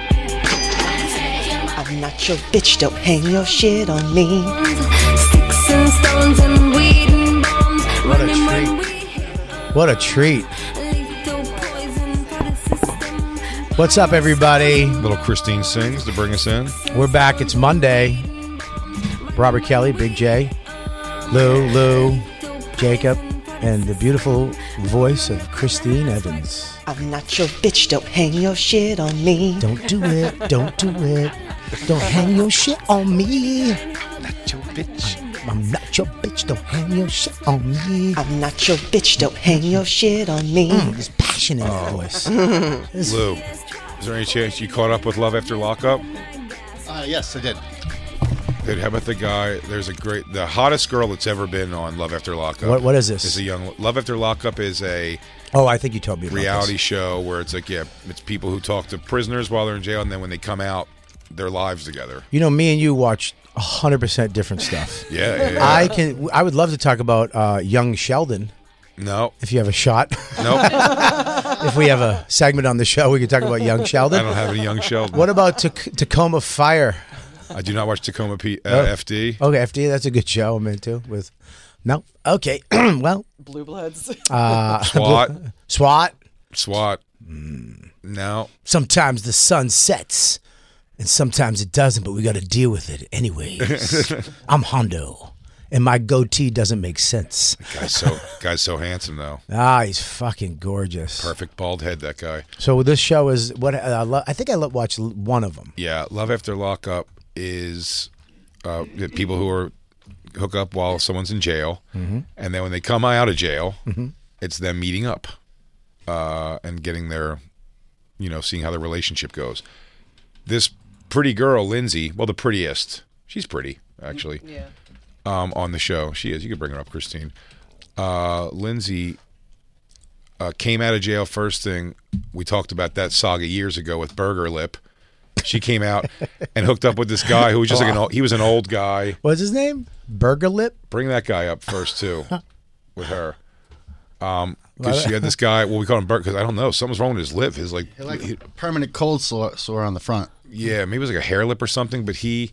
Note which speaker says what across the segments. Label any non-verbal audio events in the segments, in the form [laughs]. Speaker 1: I'm not your bitch, don't hang your shit on me.
Speaker 2: Sticks and stones and weed and bombs.
Speaker 3: What a
Speaker 2: Running when
Speaker 3: treat.
Speaker 2: we hit a
Speaker 3: What a treat.
Speaker 2: lethal poison for the system.
Speaker 3: What's up, everybody?
Speaker 4: Little Christine sings to bring us in.
Speaker 3: We're back. It's Monday. Robert Kelly, Big J, Lou, Lou, Jacob, and the beautiful voice of Christine Evans.
Speaker 1: I'm not your bitch, don't hang your shit on me.
Speaker 3: Don't do it. Don't do it. Don't hang your shit on me. I'm not your bitch. Don't hang your shit on me.
Speaker 1: I'm not your bitch, don't hang your shit on me.
Speaker 3: There's passion in
Speaker 4: Oh,
Speaker 3: her voice.
Speaker 4: Lou, is there any chance you caught up with Love After Lockup?
Speaker 5: Uh, yes, I did.
Speaker 4: Dude, how about the guy? There's a great, the hottest girl that's ever been on Love After Lockup.
Speaker 3: What- what is this?
Speaker 4: Is a young Love After Lockup is a
Speaker 3: Oh, I think you told me about
Speaker 4: reality
Speaker 3: This.
Speaker 4: show where it's like, yeah, it's people who talk to prisoners while they're in jail, and then when they come out, their lives together.
Speaker 3: You know, me and you watch 100% different stuff.
Speaker 4: Yeah, yeah, yeah.
Speaker 3: I can. I would love to talk about uh, young Sheldon.
Speaker 4: no,
Speaker 3: If you have a shot, [laughs]
Speaker 4: nope.
Speaker 3: if we have a segment on the show, we can talk about young
Speaker 4: I
Speaker 3: Sheldon.
Speaker 4: don't have any young Sheldon.
Speaker 3: What about Tac Tacoma Fire?
Speaker 4: I do not watch Tacoma P- uh,
Speaker 3: [laughs]
Speaker 4: FD.
Speaker 3: Okay, FD, that's a good show I'm into. With no, okay, [clears throat] well,
Speaker 6: Blue Bloods.
Speaker 4: SWAT.
Speaker 3: SWAT.
Speaker 4: SWAT. Mm. No.
Speaker 3: Sometimes the sun sets, and sometimes it doesn't, but we got to deal with it anyways. I'm Hondo, and my goatee doesn't make sense.
Speaker 4: Guy's so guy's so handsome though.
Speaker 3: Ah, he's fucking gorgeous.
Speaker 4: Perfect bald head that guy.
Speaker 3: So this show is what I love. I think I lo- watched l- one of them.
Speaker 4: Yeah, Love After Lockup is uh, the people who are hook up while someone's in jail, and then when they come out of jail, it's them meeting up uh, and getting their, you know, seeing how their relationship goes. This pretty girl, Lindsay, well, the prettiest. She's pretty actually.
Speaker 6: yeah.
Speaker 4: um, on the show. She is. You can bring her up, Christine. Uh, Lindsay uh, came out of jail first thing. We talked about that saga years ago with Burger Lip. She came out and hooked up with this guy who was just like an old, he was an old guy.
Speaker 3: What's his name? Burger Lip.
Speaker 4: Bring that guy up first too, with her. Um, because she had this guy. Well, we call him Burger because I don't know something's wrong with his lip. His like,
Speaker 5: It like
Speaker 4: he-
Speaker 5: a permanent cold sore, sore on the front.
Speaker 4: yeah, maybe it was like a hair lip or something, but he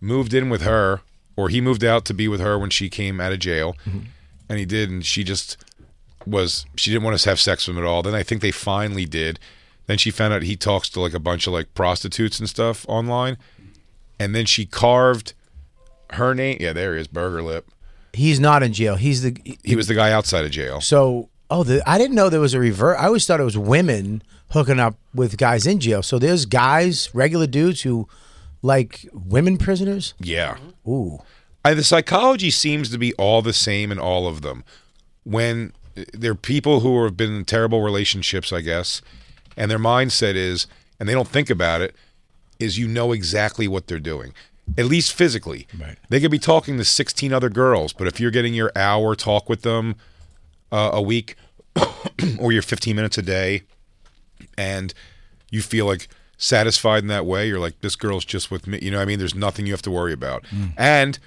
Speaker 4: moved in with her or he moved out to be with her when she came out of jail. And he did and she just was she didn't want us to have sex with him at all. Then I think they finally did. Then she found out he talks to like a bunch of like prostitutes and stuff online. And then she carved her name. Yeah, there he is, Burger Lip.
Speaker 3: He's not in jail. He's the
Speaker 4: He was the guy outside of jail.
Speaker 3: So, oh, the, I didn't know there was a revert. I always thought it was women hooking up with guys in jail. So there's guys, regular dudes who like women prisoners.
Speaker 4: Yeah.
Speaker 3: Mm-hmm. Ooh,
Speaker 4: I, the psychology seems to be all the same in all of them. When uh, they're people who have been in terrible relationships, I guess, and their mindset is, and they don't think about it, is you know exactly what they're doing, at least physically.
Speaker 3: Right.
Speaker 4: They could be talking to 16 other girls, but if you're getting your hour talk with them uh, a [coughs] week or your 15 minutes a day, and you feel like satisfied in that way, you're like, this girl's just with me. You know what I mean? There's nothing you have to worry about. And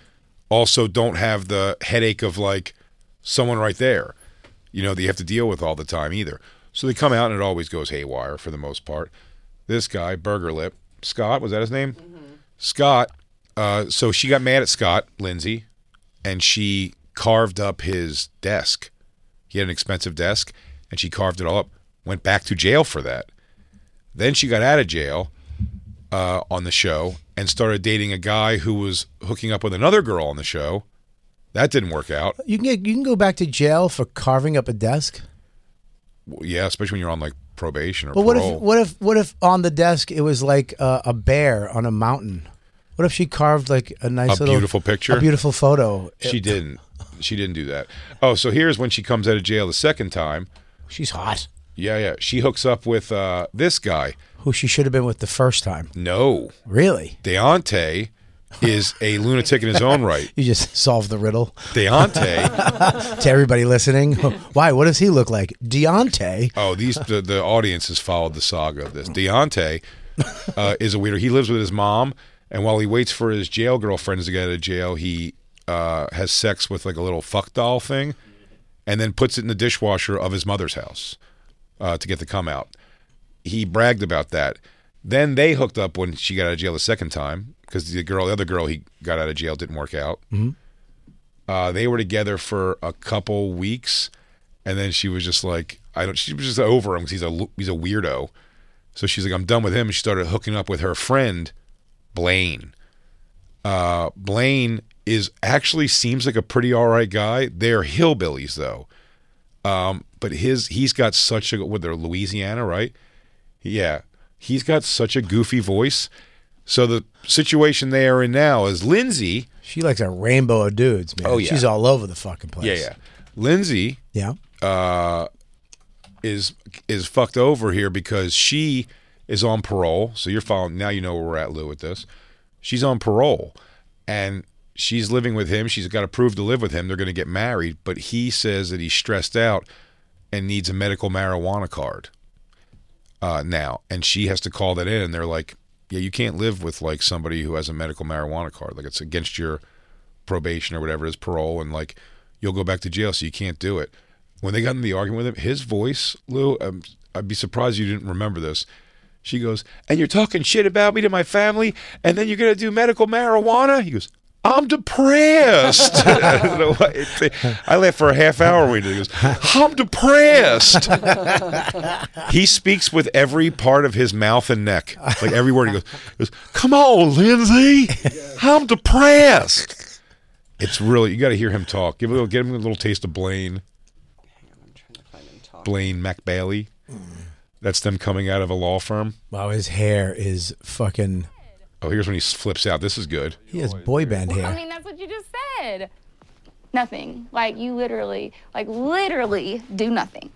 Speaker 4: also don't have the headache of like someone right there, you know, that you have to deal with all the time either. So they come out and it always goes haywire for the most part. This guy, Burger Lip, Scott, was that his name? Scott. Uh, so she got mad at Scott, Lindsay, and she carved up his desk. He had an expensive desk, and she carved it all up. Went back to jail for that. Then she got out of jail uh, on the show and started dating a guy who was hooking up with another girl on the show. That didn't work out.
Speaker 3: You can get, you can go back to jail for carving up a desk.
Speaker 4: Well, Yeah, especially when you're on like probation or
Speaker 3: But what
Speaker 4: parole.
Speaker 3: if what if what if on the desk it was like a, a bear on a mountain? What if she carved like a nice
Speaker 4: A
Speaker 3: little
Speaker 4: beautiful picture?
Speaker 3: a beautiful photo?
Speaker 4: she didn't. She didn't do that. Oh, so here's when she comes out of jail the second time.
Speaker 3: She's hot.
Speaker 4: Yeah, yeah. She hooks up with uh, this guy.
Speaker 3: Who she should have been with the first time?
Speaker 4: No,
Speaker 3: Really?
Speaker 4: Deontay is a lunatic in his own right.
Speaker 3: You just [laughs] solved the riddle
Speaker 4: Deontay.
Speaker 3: to
Speaker 4: [laughs]
Speaker 3: everybody listening. Why? What does he look like? Deontay.
Speaker 4: Oh, these the, the audience has followed the saga of this. Deontay uh, is a weirdo. He lives with his mom, and while he waits for his jail girlfriends to get out of jail, he uh, has sex with like a little fuck doll thing, and then puts it in the dishwasher of his mother's house uh, to get the come out. He bragged about that. Then they hooked up when she got out of jail the second time because the girl, the other girl he got out of jail didn't work out. Uh, they were together for a couple weeks, and then she was just like, I don't. She was just over him because he's a lo- he's a weirdo. So she's like, I'm done with him. And she started hooking up with her friend, Blaine. Uh, Blaine is actually seems like a pretty all right guy. They're hillbillies though, um, but his he's got such a what they're Louisiana right? Yeah, he's got such a goofy voice. So the situation they are in now is Lindsay.
Speaker 3: She likes a rainbow of dudes, man.
Speaker 4: Oh, yeah.
Speaker 3: She's all over the fucking place.
Speaker 4: Lindsay
Speaker 3: Yeah.
Speaker 4: is is fucked over here because she is on parole. So you're following now. You know where we're at, Lou. With this, she's on parole, and she's living with him. She's got approved to live with him. They're going to get married, but he says that he's stressed out and needs a medical marijuana card uh, now, and she has to call that in. And they're like, "Yeah, you can't live with like somebody who has a medical marijuana card. Like it's against your probation or whatever it is, parole, and like you'll go back to jail, so you can't do it." When they got in the argument with him, his voice, Lou, um, I'd be surprised you didn't remember this. She goes, "And you're talking shit about me to my family, and then you're gonna do medical marijuana?" He goes. I'm depressed. [laughs] I, don't know why it- I laughed for a half hour. when he goes, I'm depressed he speaks with every part of his mouth and neck. Like every word he goes, he goes Come on, Lindsay. I'm depressed. It's really you gotta hear him talk. Give a little give him a little taste of Blaine. Blaine McBailey. That's them coming out of a law firm.
Speaker 3: Wow, his hair is fucking.
Speaker 4: Oh, here's when he flips out. This is good.
Speaker 3: He has boy band
Speaker 6: I
Speaker 3: hair.
Speaker 6: mean, that's what you just said. Nothing. Like you literally, like literally do nothing.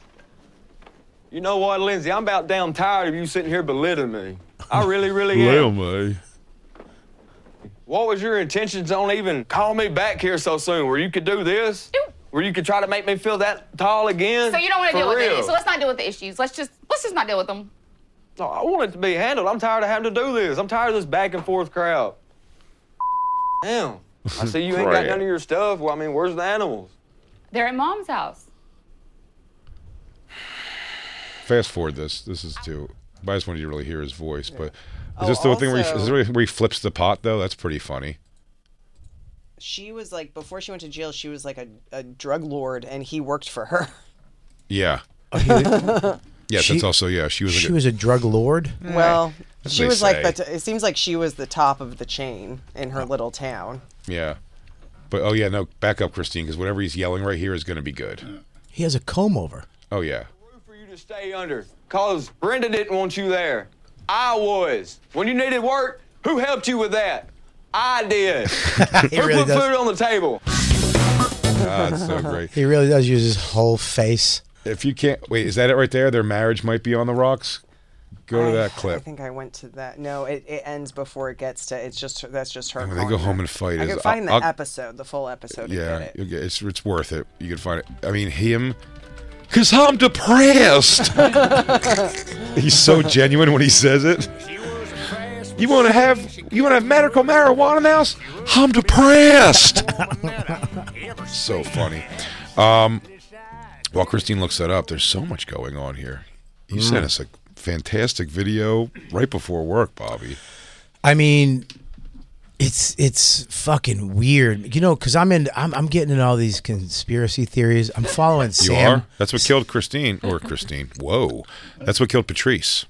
Speaker 7: You know what, Lindsay? I'm about damn tired of you sitting here belittling me. I really,
Speaker 4: [laughs]
Speaker 7: really
Speaker 4: Lil
Speaker 7: am.
Speaker 4: May.
Speaker 7: What was your intentions on even calling me back here so soon? Where you could do this?
Speaker 6: Ew.
Speaker 7: Where you could try to make me feel that tall again?
Speaker 6: So you don't want to
Speaker 7: For
Speaker 6: deal with
Speaker 7: real.
Speaker 6: it. So let's not deal with the issues. Let's just let's just not deal with them.
Speaker 7: No, I want it to be handled. I'm tired of having to do this. I'm tired of this back and forth crowd. Damn. I see you ain't got
Speaker 4: Crap.
Speaker 7: none of your stuff. Well, I mean, where's the animals?
Speaker 6: They're at mom's house.
Speaker 4: Fast forward this. This is too but I just wanted you to really hear his voice. But is this the thing where he,
Speaker 8: also-
Speaker 4: is this where he flips the pot though? That's pretty funny.
Speaker 8: She was like before she went to jail, she was like a, a drug lord, and he worked for her.
Speaker 4: Yeah. Yes,
Speaker 3: She-
Speaker 4: that's also yeah. She was like
Speaker 3: She
Speaker 4: a-
Speaker 3: was a drug lord.
Speaker 8: Well,
Speaker 4: That's
Speaker 8: she
Speaker 4: what they
Speaker 8: was like,
Speaker 4: say.
Speaker 8: but it seems like she was the top of the chain in her little town.
Speaker 4: Yeah. But oh yeah, no, back up, Christine, because whatever he's yelling right here is going to be good.
Speaker 3: He has a comb over.
Speaker 4: Oh yeah,
Speaker 7: Roof for you to stay under, cause Brenda didn't want you there. I was. When you needed work, who helped you with that? I
Speaker 3: [laughs]
Speaker 7: did.
Speaker 3: He
Speaker 7: who
Speaker 3: really
Speaker 7: put food
Speaker 3: does.
Speaker 7: on the table?
Speaker 4: ah, it's so great.
Speaker 3: He really does use his whole face.
Speaker 4: If you can't wait, is that it right there? Their marriage might be on the rocks. Go to that
Speaker 8: I
Speaker 4: clip.
Speaker 8: think I went to that. No, it, it ends before it gets to. It's just that's just her.
Speaker 4: when they
Speaker 8: calling
Speaker 4: go
Speaker 8: her.
Speaker 4: home and fight,
Speaker 8: I
Speaker 4: is-
Speaker 8: could find
Speaker 4: I'll-
Speaker 8: the
Speaker 4: I'll-
Speaker 8: episode, the full episode. Yeah,
Speaker 4: Yeah, you'll get- it's it's worth it. You can find it. I mean, him, [laughs] cause I'm depressed. he's so genuine when he says it.
Speaker 7: She was
Speaker 4: You want to have you want to have medical marijuana now? I'm depressed. [laughs] so funny. Um, while Christine looks that up, there's so much going on here. You sent us a fantastic video right before work, Bobby.
Speaker 3: I mean, it's it's fucking weird, you know, because I'm in I'm, I'm getting in all these conspiracy theories. I'm following
Speaker 4: You
Speaker 3: Sam.
Speaker 4: are. That's what killed Christine or Christine. Whoa, that's what killed Patrice.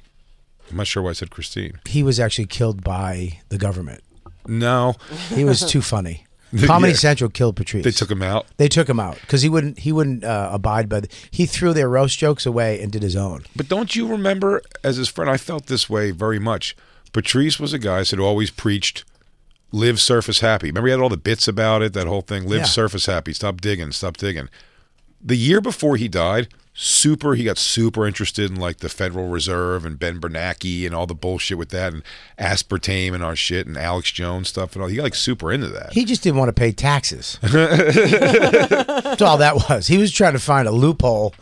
Speaker 4: I'm not sure why I said Christine.
Speaker 3: He was actually killed by the government.
Speaker 4: No,
Speaker 3: He was too funny. Comedy
Speaker 4: Yeah.
Speaker 3: Central killed Patrice.
Speaker 4: they took him out.
Speaker 3: They took him out because he wouldn't he wouldn't uh, abide by. The, he threw their roast jokes away and did his own.
Speaker 4: But don't you remember, as his friend, I felt this way very much. Patrice was a guy that always preached live surface happy. Remember, he had all the bits about it, that whole thing live
Speaker 3: Yeah.
Speaker 4: surface happy, stop digging, stop digging. The year before he died, super, he got super interested in like the Federal Reserve and Ben Bernanke and all the bullshit with that and aspartame and our shit and Alex Jones stuff and all. He got like super into that.
Speaker 3: He just didn't want to
Speaker 4: [laughs]
Speaker 3: pay taxes. That's all that was. He was trying to find a loophole.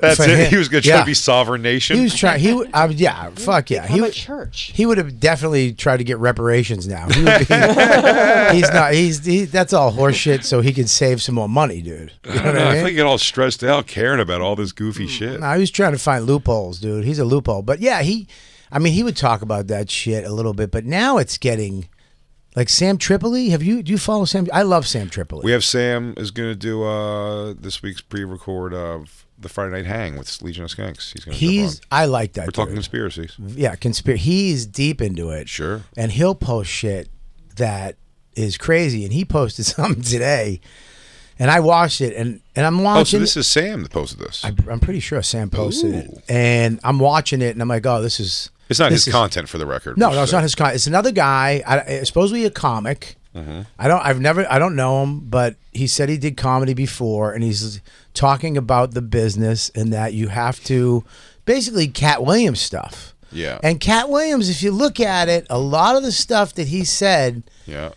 Speaker 4: That's
Speaker 3: for
Speaker 4: it.
Speaker 3: him.
Speaker 4: He was going to try
Speaker 3: Yeah.
Speaker 4: to be sovereign nation.
Speaker 3: He was trying. He, would- I, would- yeah, fuck yeah. He
Speaker 8: Become a
Speaker 3: would.
Speaker 8: church.
Speaker 3: He would have definitely tried to get reparations now. He would be, [laughs] he's not. He's he, that's all horseshit. So he could save some more money, dude.
Speaker 4: I,
Speaker 3: You know
Speaker 4: [laughs]
Speaker 3: what
Speaker 4: don't know, I
Speaker 3: I mean?
Speaker 4: think he got all stressed out caring about all this goofy
Speaker 3: Hmm.
Speaker 4: shit.
Speaker 3: No, he was trying to find loopholes, dude. He's a loophole. But yeah, he, I mean, he would talk about that shit a little bit. But now it's getting like Sam Tripoli. Have you do you follow Sam? I love Sam Tripoli.
Speaker 4: We have Sam is going to do uh, this week's pre-record of the Friday Night Hang with Legion of Skanks. He's going to.
Speaker 3: He's. Mm-hmm. I like that.
Speaker 4: We're talking
Speaker 3: dude.
Speaker 4: conspiracies. Oh,
Speaker 3: yeah, conspiracy. He's deep into it.
Speaker 4: Sure.
Speaker 3: And he'll post shit that is crazy. And he posted [laughs] something today, and I watched it, and and I'm
Speaker 4: Oh, so
Speaker 3: watching.
Speaker 4: this is Sam that posted this.
Speaker 3: I, I'm pretty sure Sam posted
Speaker 4: Ooh.
Speaker 3: it, and I'm watching it, and I'm like, oh, this is.
Speaker 4: it's not
Speaker 3: this
Speaker 4: his
Speaker 3: is-
Speaker 4: content for the record.
Speaker 3: No,
Speaker 4: we
Speaker 3: no,
Speaker 4: should
Speaker 3: it's
Speaker 4: say.
Speaker 3: not his con. It's another guy. I, I- supposedly a comic.
Speaker 4: Uh-huh.
Speaker 3: I don't. I've never. I don't know him, but he said he did comedy before, and he's talking about the business and that you have to basically Cat Williams stuff.
Speaker 4: Yeah.
Speaker 3: And Cat Williams, if you look at it, a lot of the stuff that he said
Speaker 4: Yeah,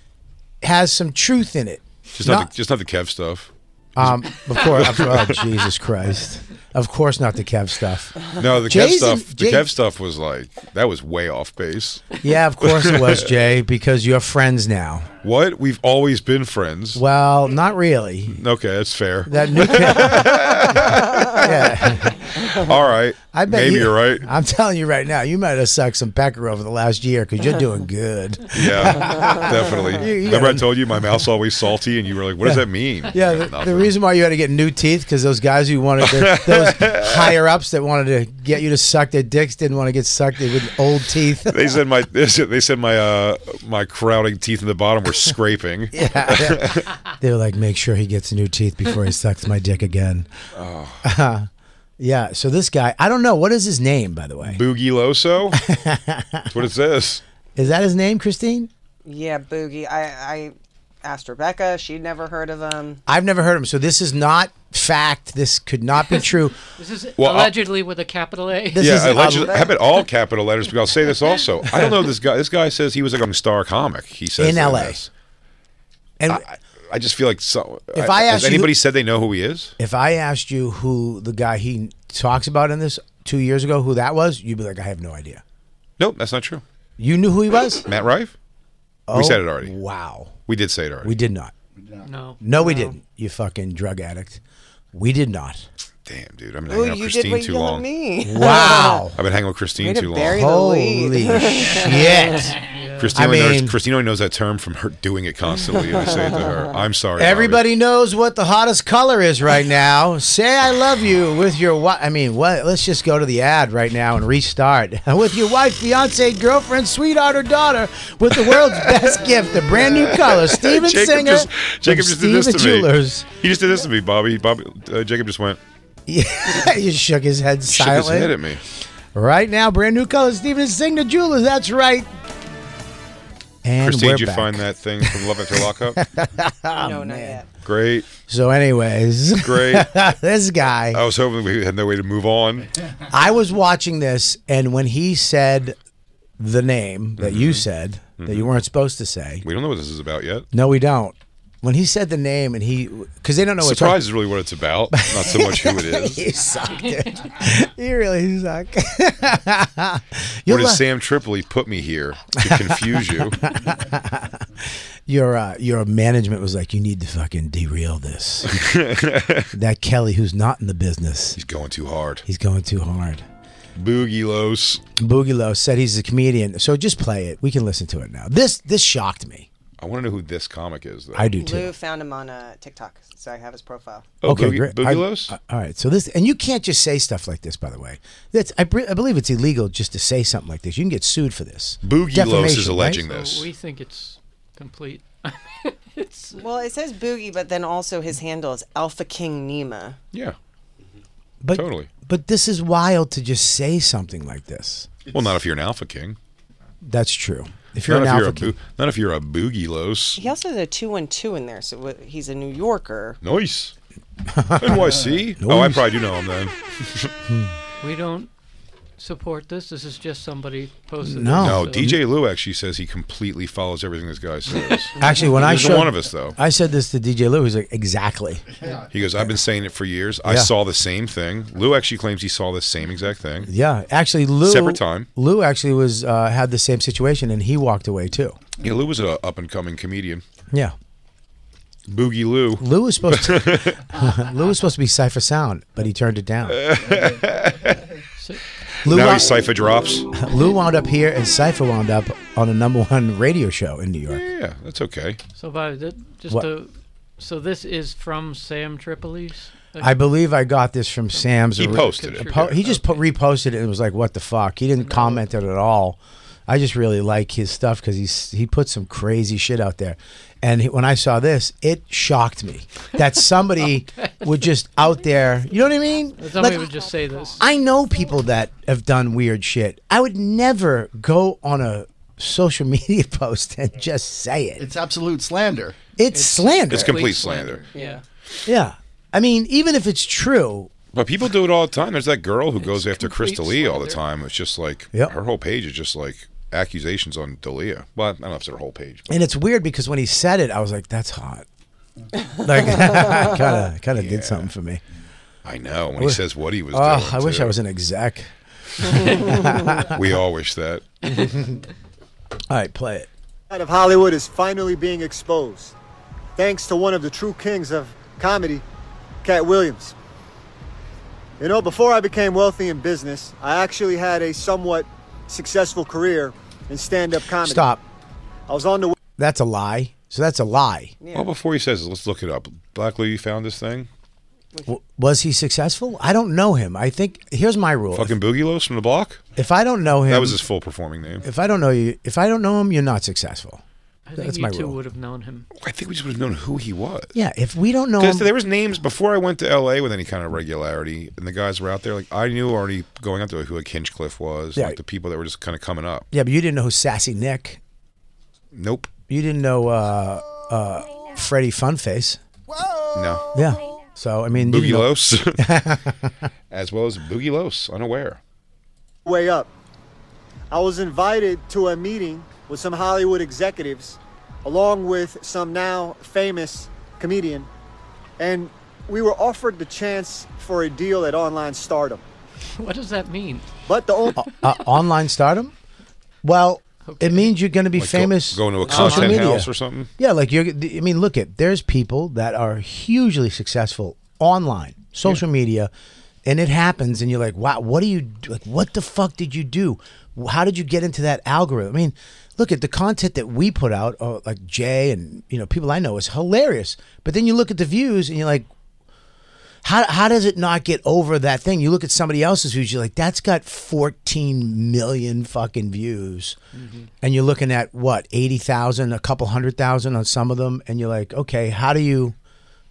Speaker 3: has some truth in it.
Speaker 4: just not,
Speaker 3: Not-
Speaker 4: the, just not the Kev stuff.
Speaker 3: Um, of course.
Speaker 4: [laughs]
Speaker 3: oh, Jesus Christ. Of course, not the Kev stuff.
Speaker 4: No, the Kev
Speaker 3: Jay's in-
Speaker 4: stuff. The
Speaker 3: Jay-
Speaker 4: Kev stuff was like that was way off base. [laughs]
Speaker 3: Yeah, of course it was Jay because you're friends now.
Speaker 4: What we've always been friends.
Speaker 3: Well, not really.
Speaker 4: Okay, that's fair. [laughs]
Speaker 3: That new Kev. yeah.
Speaker 4: All right,
Speaker 3: I bet
Speaker 4: maybe
Speaker 3: you,
Speaker 4: are
Speaker 3: [laughs]
Speaker 4: right.
Speaker 3: I'm telling you right now, you might have sucked some pecker over the last year because you're doing good.
Speaker 4: Yeah, definitely.
Speaker 3: You- you
Speaker 4: Remember, I
Speaker 3: gotta-
Speaker 4: told you my mouth's always salty, and you were like, "What does that mean?"
Speaker 3: Yeah, the, the
Speaker 4: nothing.
Speaker 3: reason why you had to get new teeth because those guys who wanted to, those
Speaker 4: [laughs]
Speaker 3: higher ups that wanted to get you to suck their dicks didn't want to get sucked with old
Speaker 4: [laughs]
Speaker 3: teeth.
Speaker 4: They said my they said they said my uh my crowding teeth in the bottom
Speaker 8: [laughs]
Speaker 4: were scraping.
Speaker 3: they were like, make sure he gets new teeth before he sucks my dick again.
Speaker 4: Oh.
Speaker 3: [laughs] yeah, so this guy, I don't know what is his name by the way.
Speaker 4: Boogie Loso.
Speaker 8: [laughs]
Speaker 4: That's what it says.
Speaker 3: Is that his name, Christine?
Speaker 8: Yeah, Boogie. I, I asked Rebecca. She'd never heard of him.
Speaker 3: I've never heard of him, so this is not fact. This could not be true.
Speaker 9: This is
Speaker 4: Well, I'll-
Speaker 9: allegedly with a capital A.
Speaker 3: This is
Speaker 4: yeah,
Speaker 3: a-
Speaker 4: allegedly, I bet all capital letters. Because I'll say this also.
Speaker 3: [laughs]
Speaker 4: I don't know this guy. This guy says he was like a star comic. He says
Speaker 3: In
Speaker 4: that
Speaker 3: LA.
Speaker 4: this.
Speaker 3: and
Speaker 4: I, I just feel like so.
Speaker 3: If I
Speaker 4: has
Speaker 3: asked you-
Speaker 4: anybody said they know who he is?
Speaker 3: If I asked you who the guy he talks about in this two years ago, who that was, you'd be like, I have no idea.
Speaker 4: Nope, that's not true.
Speaker 3: You knew who he was? Oh,
Speaker 4: Matt Rife. [laughs]
Speaker 8: Oh.
Speaker 4: we said it already.
Speaker 3: Wow.
Speaker 4: We did say it already.
Speaker 3: We did not.
Speaker 9: no.
Speaker 3: No, we didn't. You fucking drug addict. We did not.
Speaker 4: Damn, dude, I've been
Speaker 8: Ooh,
Speaker 4: hanging out
Speaker 8: you
Speaker 4: with
Speaker 8: did
Speaker 4: Christine
Speaker 8: what
Speaker 4: too
Speaker 8: you yelled at
Speaker 4: long.
Speaker 8: me.
Speaker 3: [laughs] Wow.
Speaker 4: I've been hanging with
Speaker 8: Way
Speaker 4: Christine
Speaker 8: to
Speaker 4: too
Speaker 8: bury
Speaker 4: long.
Speaker 8: the
Speaker 3: Holy
Speaker 8: lead.
Speaker 3: [laughs] shit. [laughs]
Speaker 4: Christine,
Speaker 3: I
Speaker 4: only knows,
Speaker 3: mean-
Speaker 4: Christine only knows that term from her doing it constantly, and I say it
Speaker 8: [laughs]
Speaker 4: to her. I'm sorry. Bobby.
Speaker 3: Everybody knows what the hottest color
Speaker 4: [laughs]
Speaker 3: is right now. Say I love you with your wife. I mean, what? Let's just go to the ad right now and restart. [laughs] with your wife, fiance, girlfriend, sweetheart, or daughter, with
Speaker 4: [laughs]
Speaker 3: the world's best gift, a brand new color. Steven
Speaker 4: Jacob
Speaker 3: Singer.
Speaker 4: just,
Speaker 3: from
Speaker 4: Jacob just did
Speaker 3: Steven
Speaker 4: this to [laughs]
Speaker 3: Jewelers. [laughs]
Speaker 4: me. He just did this to me, Bobby. Bobby uh, Jacob just went
Speaker 3: Yeah, he shook his head
Speaker 4: shook his
Speaker 3: silently.
Speaker 4: head at me.
Speaker 3: Right now, brand new color. Steven Singer Jewelers. That's right. And
Speaker 4: Christine,
Speaker 3: we're
Speaker 4: did you
Speaker 3: back. Oh,
Speaker 4: find that thing from Love After
Speaker 3: [laughs]
Speaker 4: Lockup?
Speaker 8: no, not yet.
Speaker 4: great,
Speaker 3: So, anyways, [laughs]
Speaker 4: great.
Speaker 3: this guy.
Speaker 4: I was hoping we had no way to move on.
Speaker 3: I was watching this, and when he said the name that you said that you weren't supposed to say,
Speaker 4: We don't know what this is about yet.
Speaker 3: no, we don't. When he said the name and he, because they don't know what
Speaker 4: Surprise
Speaker 3: [laughs]
Speaker 4: is really what it's about, not so much who it is.
Speaker 3: you suck, dude. [laughs] you really suck.
Speaker 4: Where
Speaker 3: [laughs] You'll
Speaker 4: does
Speaker 3: la-
Speaker 4: Sam Tripoli put me here to confuse
Speaker 3: [laughs]
Speaker 4: you?
Speaker 3: your uh, your management was like, you need to fucking derail this. that Kelly, who's not in the business,
Speaker 4: he's going too hard.
Speaker 3: He's going too hard.
Speaker 4: Boogie Los.
Speaker 3: Boogie Low said he's a comedian, so just play it. We can listen to it now. This this shocked me.
Speaker 4: I want to know who this comic is, though.
Speaker 3: I do too.
Speaker 8: Lou found him on uh, TikTok, so I have his profile.
Speaker 4: Oh,
Speaker 3: okay,
Speaker 4: Boogie-
Speaker 3: great.
Speaker 4: Boogie
Speaker 3: I-
Speaker 4: Lows?
Speaker 3: I- all right, so this, and you can't just say stuff like this. By the way, that's I, br- I believe it's illegal just to say something like this. You can get sued for this.
Speaker 4: Boogie Los
Speaker 3: Defamation,
Speaker 4: is
Speaker 3: right?
Speaker 4: alleging
Speaker 9: So
Speaker 8: Oh,
Speaker 4: this.
Speaker 9: we think it's complete. [laughs] it's
Speaker 8: Well, it says Boogie, but then also his handle is Alpha King Nema.
Speaker 4: Yeah.
Speaker 3: But,
Speaker 4: Totally.
Speaker 3: But this is wild to just say something like this.
Speaker 4: Well, not if you're an Alpha King.
Speaker 3: That's true. If you're an
Speaker 4: not
Speaker 3: alpha,
Speaker 4: if you're a
Speaker 3: kid-
Speaker 4: boo- Not if you're a Boogie Los.
Speaker 8: He also has a two one two in there, so wh- he's a New
Speaker 9: [laughs]
Speaker 8: Yorker.
Speaker 3: [laughs]
Speaker 4: Nice. NYC. Oh, I
Speaker 9: Nice.
Speaker 4: probably do know him then.
Speaker 9: we don't support this. This is just somebody posted.
Speaker 4: No, DJ Lou actually says he completely follows everything this guy says.
Speaker 3: actually, when
Speaker 4: he
Speaker 3: [laughs] I
Speaker 4: isn't
Speaker 3: showed
Speaker 4: one of us though.
Speaker 3: I said this to DJ Lou. He's like, exactly.
Speaker 4: He goes, I've been saying it for years. I
Speaker 3: Yeah.
Speaker 4: saw the same thing. Lou actually claims he saw the same exact thing.
Speaker 3: Yeah, actually, Lou.
Speaker 4: Separate time.
Speaker 3: Lou actually was uh, had the same situation, and he walked away too.
Speaker 4: Yeah, Lou was an up and coming comedian.
Speaker 3: Yeah,
Speaker 4: Boogie Lou.
Speaker 3: Lou was supposed to. [laughs] Lou was supposed to be Cipher Sound, but he turned it down. Lou,
Speaker 4: now
Speaker 3: wa-
Speaker 4: he's Cypher Drops.
Speaker 3: Lou wound up here, and Cipher wound up on a number one radio show in New York.
Speaker 4: Yeah, that's okay.
Speaker 9: So, by the, just
Speaker 3: What?
Speaker 9: to, so this is from Sam Tripoli's.
Speaker 3: I believe I got this from Sam's.
Speaker 4: He
Speaker 3: ori-
Speaker 4: posted it.
Speaker 3: a po- he just po- reposted it and was like, "What the fuck?" He didn't comment it at all. I just really like his stuff because he's he put some crazy shit out there. And he, when I saw this, it shocked me that somebody would just out there. You know what I mean?
Speaker 9: Somebody would just say this.
Speaker 3: I know people that have done weird shit. I would never go on a social [laughs] media post and just say it.
Speaker 5: It's absolute slander.
Speaker 3: It's, slander.
Speaker 4: It's complete slander.
Speaker 9: Yeah.
Speaker 3: Yeah. I mean, even if it's true,
Speaker 4: But people do it all the time. There's that girl who goes after Chris D'Elia all the time. It's just like
Speaker 3: Yep.
Speaker 4: her whole page is just like accusations on D'Elia. Well, I don't know if it's her whole page.
Speaker 3: and it's weird because when he said it, I was like, "That's hot." Like, [laughs] kind of, kind of did something for me.
Speaker 4: I know when he says what he was.
Speaker 3: Oh,
Speaker 4: doing,
Speaker 3: I wish
Speaker 4: too.
Speaker 3: I was an exec.
Speaker 4: We all wish that.
Speaker 3: All right, play it.
Speaker 10: side of Hollywood is finally being exposed, thanks to one of the true kings of comedy, Cat Williams. You know, before I became wealthy in business, I actually had a somewhat successful career in stand-up comedy.
Speaker 3: Stop.
Speaker 10: I was on the
Speaker 3: That's a lie. So that's a lie.
Speaker 4: Well, before he says it, let's look it up. Black Lou, you found this thing?
Speaker 3: W- was he successful? I don't know him. I think here's my rule.
Speaker 4: Fucking Boogie Los from the block?
Speaker 3: If I don't know him,
Speaker 4: That was his full performing name.
Speaker 3: If I don't know you, if I don't know him, you're not successful.
Speaker 9: I think
Speaker 3: That's
Speaker 9: you
Speaker 3: my
Speaker 9: two
Speaker 3: rule.
Speaker 9: would have known him.
Speaker 4: I think we just would have known who he was.
Speaker 3: Yeah, if we don't know
Speaker 4: Because
Speaker 3: him,
Speaker 4: there was names before I went to LA with any kind of regularity, and the guys were out there. Like I knew already going out there who like Hinchcliffe was,
Speaker 3: Yeah.
Speaker 4: like the people that were just kind of coming up.
Speaker 3: yeah, but you didn't know who Sassy Nick.
Speaker 4: Nope,
Speaker 3: You didn't know uh, uh, Freddie Funface. [laughs]
Speaker 4: no.
Speaker 3: Yeah. So I mean, you
Speaker 4: Boogie
Speaker 3: didn't know-
Speaker 4: Los,
Speaker 3: [laughs]
Speaker 4: as well as Boogie Los, unaware.
Speaker 10: way up. I was invited to a meeting with some Hollywood executives, along with some now famous comedian, and we were offered the chance for a deal at online stardom.
Speaker 9: [laughs] What does that mean?
Speaker 10: But the only
Speaker 3: uh, online stardom. Well, it means you're going to be
Speaker 4: Like, go-
Speaker 3: famous.
Speaker 4: go to a
Speaker 3: on social
Speaker 4: content
Speaker 3: media.
Speaker 4: house or something?
Speaker 3: Yeah, like you're. I mean, look at there's people that are hugely successful online, social media, and it happens, and you're like, wow, what do you do? like? What the fuck did you do? How did you get into that algorithm? I mean, look at the content that we put out, uh, like Jay and you know people I know is hilarious, but then you look at the views and you're like. How, how does it not get over that thing? You look at somebody else's views, you're like, that's got 14 million fucking views. And you're looking at what, 80,000, a couple hundred thousand on some of them. And you're like, okay, how do you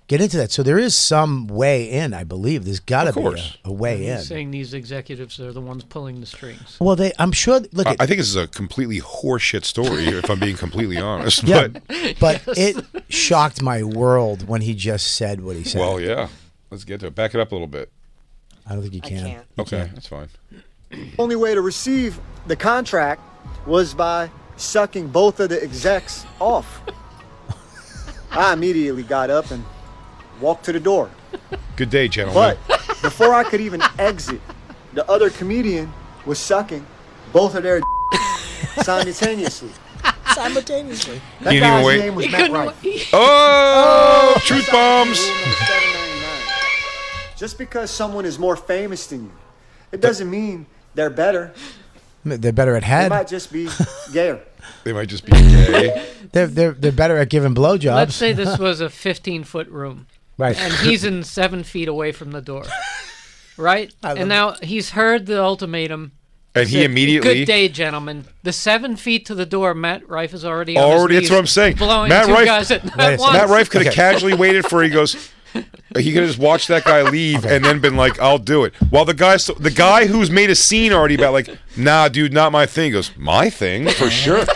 Speaker 3: get into that? So there is some way in, I believe. There's got to
Speaker 9: Of
Speaker 3: be a,
Speaker 9: course.
Speaker 3: a way
Speaker 9: He's
Speaker 3: in.
Speaker 9: saying these executives are the ones pulling the strings.
Speaker 3: Well, they, I'm sure, look
Speaker 4: I,
Speaker 3: at.
Speaker 4: I think this is a completely horseshit story, if I'm being completely honest.
Speaker 3: yeah,
Speaker 4: But
Speaker 3: [laughs] but it shocked my world when he just said what he said.
Speaker 4: well, yeah. Let's get to it. Back it up a little bit.
Speaker 3: I don't think you can.
Speaker 8: can't.
Speaker 4: Okay, that's fine.
Speaker 10: only way to receive the contract was by sucking both of the execs off. I immediately got up and walked to the door.
Speaker 4: Good day, gentlemen.
Speaker 10: But before I could even exit, the other comedian was sucking both of their simultaneously.
Speaker 3: Simultaneously.
Speaker 10: That
Speaker 4: He didn't even
Speaker 10: guy's
Speaker 4: wait.
Speaker 10: name was
Speaker 4: He
Speaker 10: Matt
Speaker 4: couldn't
Speaker 10: Rife.
Speaker 4: Oh, truth bombs.
Speaker 10: Just because someone is more famous than you, it doesn't mean they're better.
Speaker 3: They're better at
Speaker 10: They
Speaker 3: head.
Speaker 10: might just be gayer.
Speaker 4: They might just be gay.
Speaker 3: They're, they're, they're better at giving blowjobs.
Speaker 9: [laughs] Let's say this was a 15 foot room.
Speaker 3: Right.
Speaker 9: And he's in seven feet away from the door. Right?
Speaker 3: I love
Speaker 9: And now he's heard the ultimatum.
Speaker 4: And he
Speaker 9: Said,
Speaker 4: immediately-
Speaker 9: Good day, gentlemen. The seven feet to the door, Matt Rife is already on his
Speaker 4: Already, that's
Speaker 9: knees,
Speaker 4: what I'm saying.
Speaker 9: Blowing
Speaker 4: Matt
Speaker 9: two
Speaker 4: Rife,
Speaker 9: guys at
Speaker 4: Matt
Speaker 9: [laughs] once.
Speaker 4: Rife could have
Speaker 3: Okay.
Speaker 4: casually waited for he goes. He could have just watched that guy leave and then been like, "I'll do it." While the guy, the guy who's made a scene already about like, "Nah, dude, not my thing," goes, "My thing for sure,"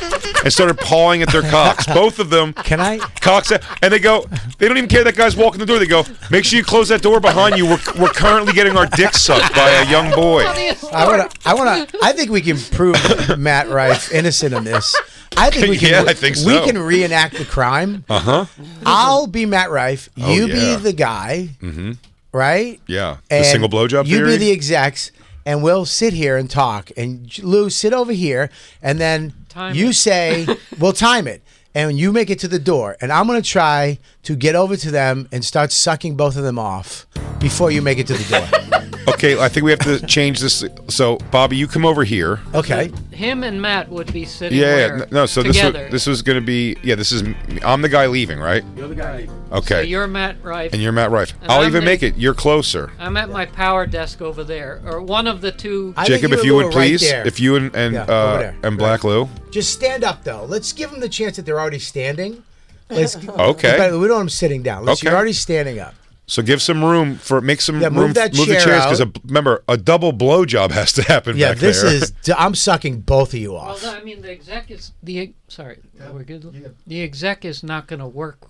Speaker 4: and started pawing at their cocks. Both of them.
Speaker 3: Can I?
Speaker 4: Cocks, out- and they go. They don't even care that guy's walking the door. They go, "Make sure you close that door behind you. We're, we're currently getting our dick sucked by a young boy."
Speaker 3: I want to. I want to. I think we can prove Matt Wright's innocent in this. I
Speaker 4: [laughs]
Speaker 3: think we can.
Speaker 4: Yeah, I think so.
Speaker 3: We can reenact the crime.
Speaker 4: Uh huh.
Speaker 3: I'll be Matt Rife.
Speaker 4: Oh,
Speaker 3: you
Speaker 4: yeah.
Speaker 3: be the guy,
Speaker 4: Mm-hmm.
Speaker 3: right?
Speaker 4: Yeah. The
Speaker 3: And
Speaker 4: single blowjob
Speaker 3: You
Speaker 4: theory?
Speaker 3: be the execs, and we'll sit here and talk. And J- Lou, sit over here, and then
Speaker 9: Time
Speaker 3: you
Speaker 9: it. [laughs]
Speaker 3: say we'll time it, and you make it to the door, and I'm gonna try to get over to them and start sucking both of them off before you make it to the door.
Speaker 4: [laughs] Okay, I think we have to change this. So, Bobby, you come over here.
Speaker 3: Okay.
Speaker 9: Him and Matt would be sitting
Speaker 4: Yeah, yeah,
Speaker 9: where?
Speaker 4: n- no. So
Speaker 9: together.
Speaker 4: this was, this was going to be yeah. This is m- I'm the guy leaving, right?
Speaker 9: You're the guy.
Speaker 4: Okay.
Speaker 9: So you're Matt Rife.
Speaker 4: and you're Matt Rife.
Speaker 9: And
Speaker 4: I'll
Speaker 9: I'm
Speaker 4: even
Speaker 9: the-
Speaker 4: make it. You're closer,
Speaker 9: I'm at my power desk over there, or one of the two.
Speaker 3: I think
Speaker 4: Jacob.
Speaker 3: you
Speaker 4: If
Speaker 3: were
Speaker 4: you
Speaker 3: a
Speaker 4: would
Speaker 3: little right
Speaker 4: please,
Speaker 3: there.
Speaker 4: if you and and
Speaker 3: Yeah, over
Speaker 4: uh,
Speaker 3: there.
Speaker 4: and Black Lou.
Speaker 3: Just stand up though. Let's give them the chance that they're already standing.
Speaker 4: [laughs]
Speaker 3: Let's,
Speaker 4: Okay.
Speaker 3: But we don't want them sitting down. Let's, You're
Speaker 4: Okay.
Speaker 3: already standing up.
Speaker 4: So give some room for make some
Speaker 3: Yeah,
Speaker 4: room
Speaker 3: move that
Speaker 4: move the
Speaker 3: chair
Speaker 4: chairs because
Speaker 3: out.
Speaker 4: remember a double blowjob has to happen.
Speaker 3: Yeah,
Speaker 4: back
Speaker 3: this
Speaker 4: there.
Speaker 3: is. I'm sucking both of you
Speaker 9: Well,
Speaker 3: off.
Speaker 9: I mean, the exec is the sorry. we're good. The exec is not going to work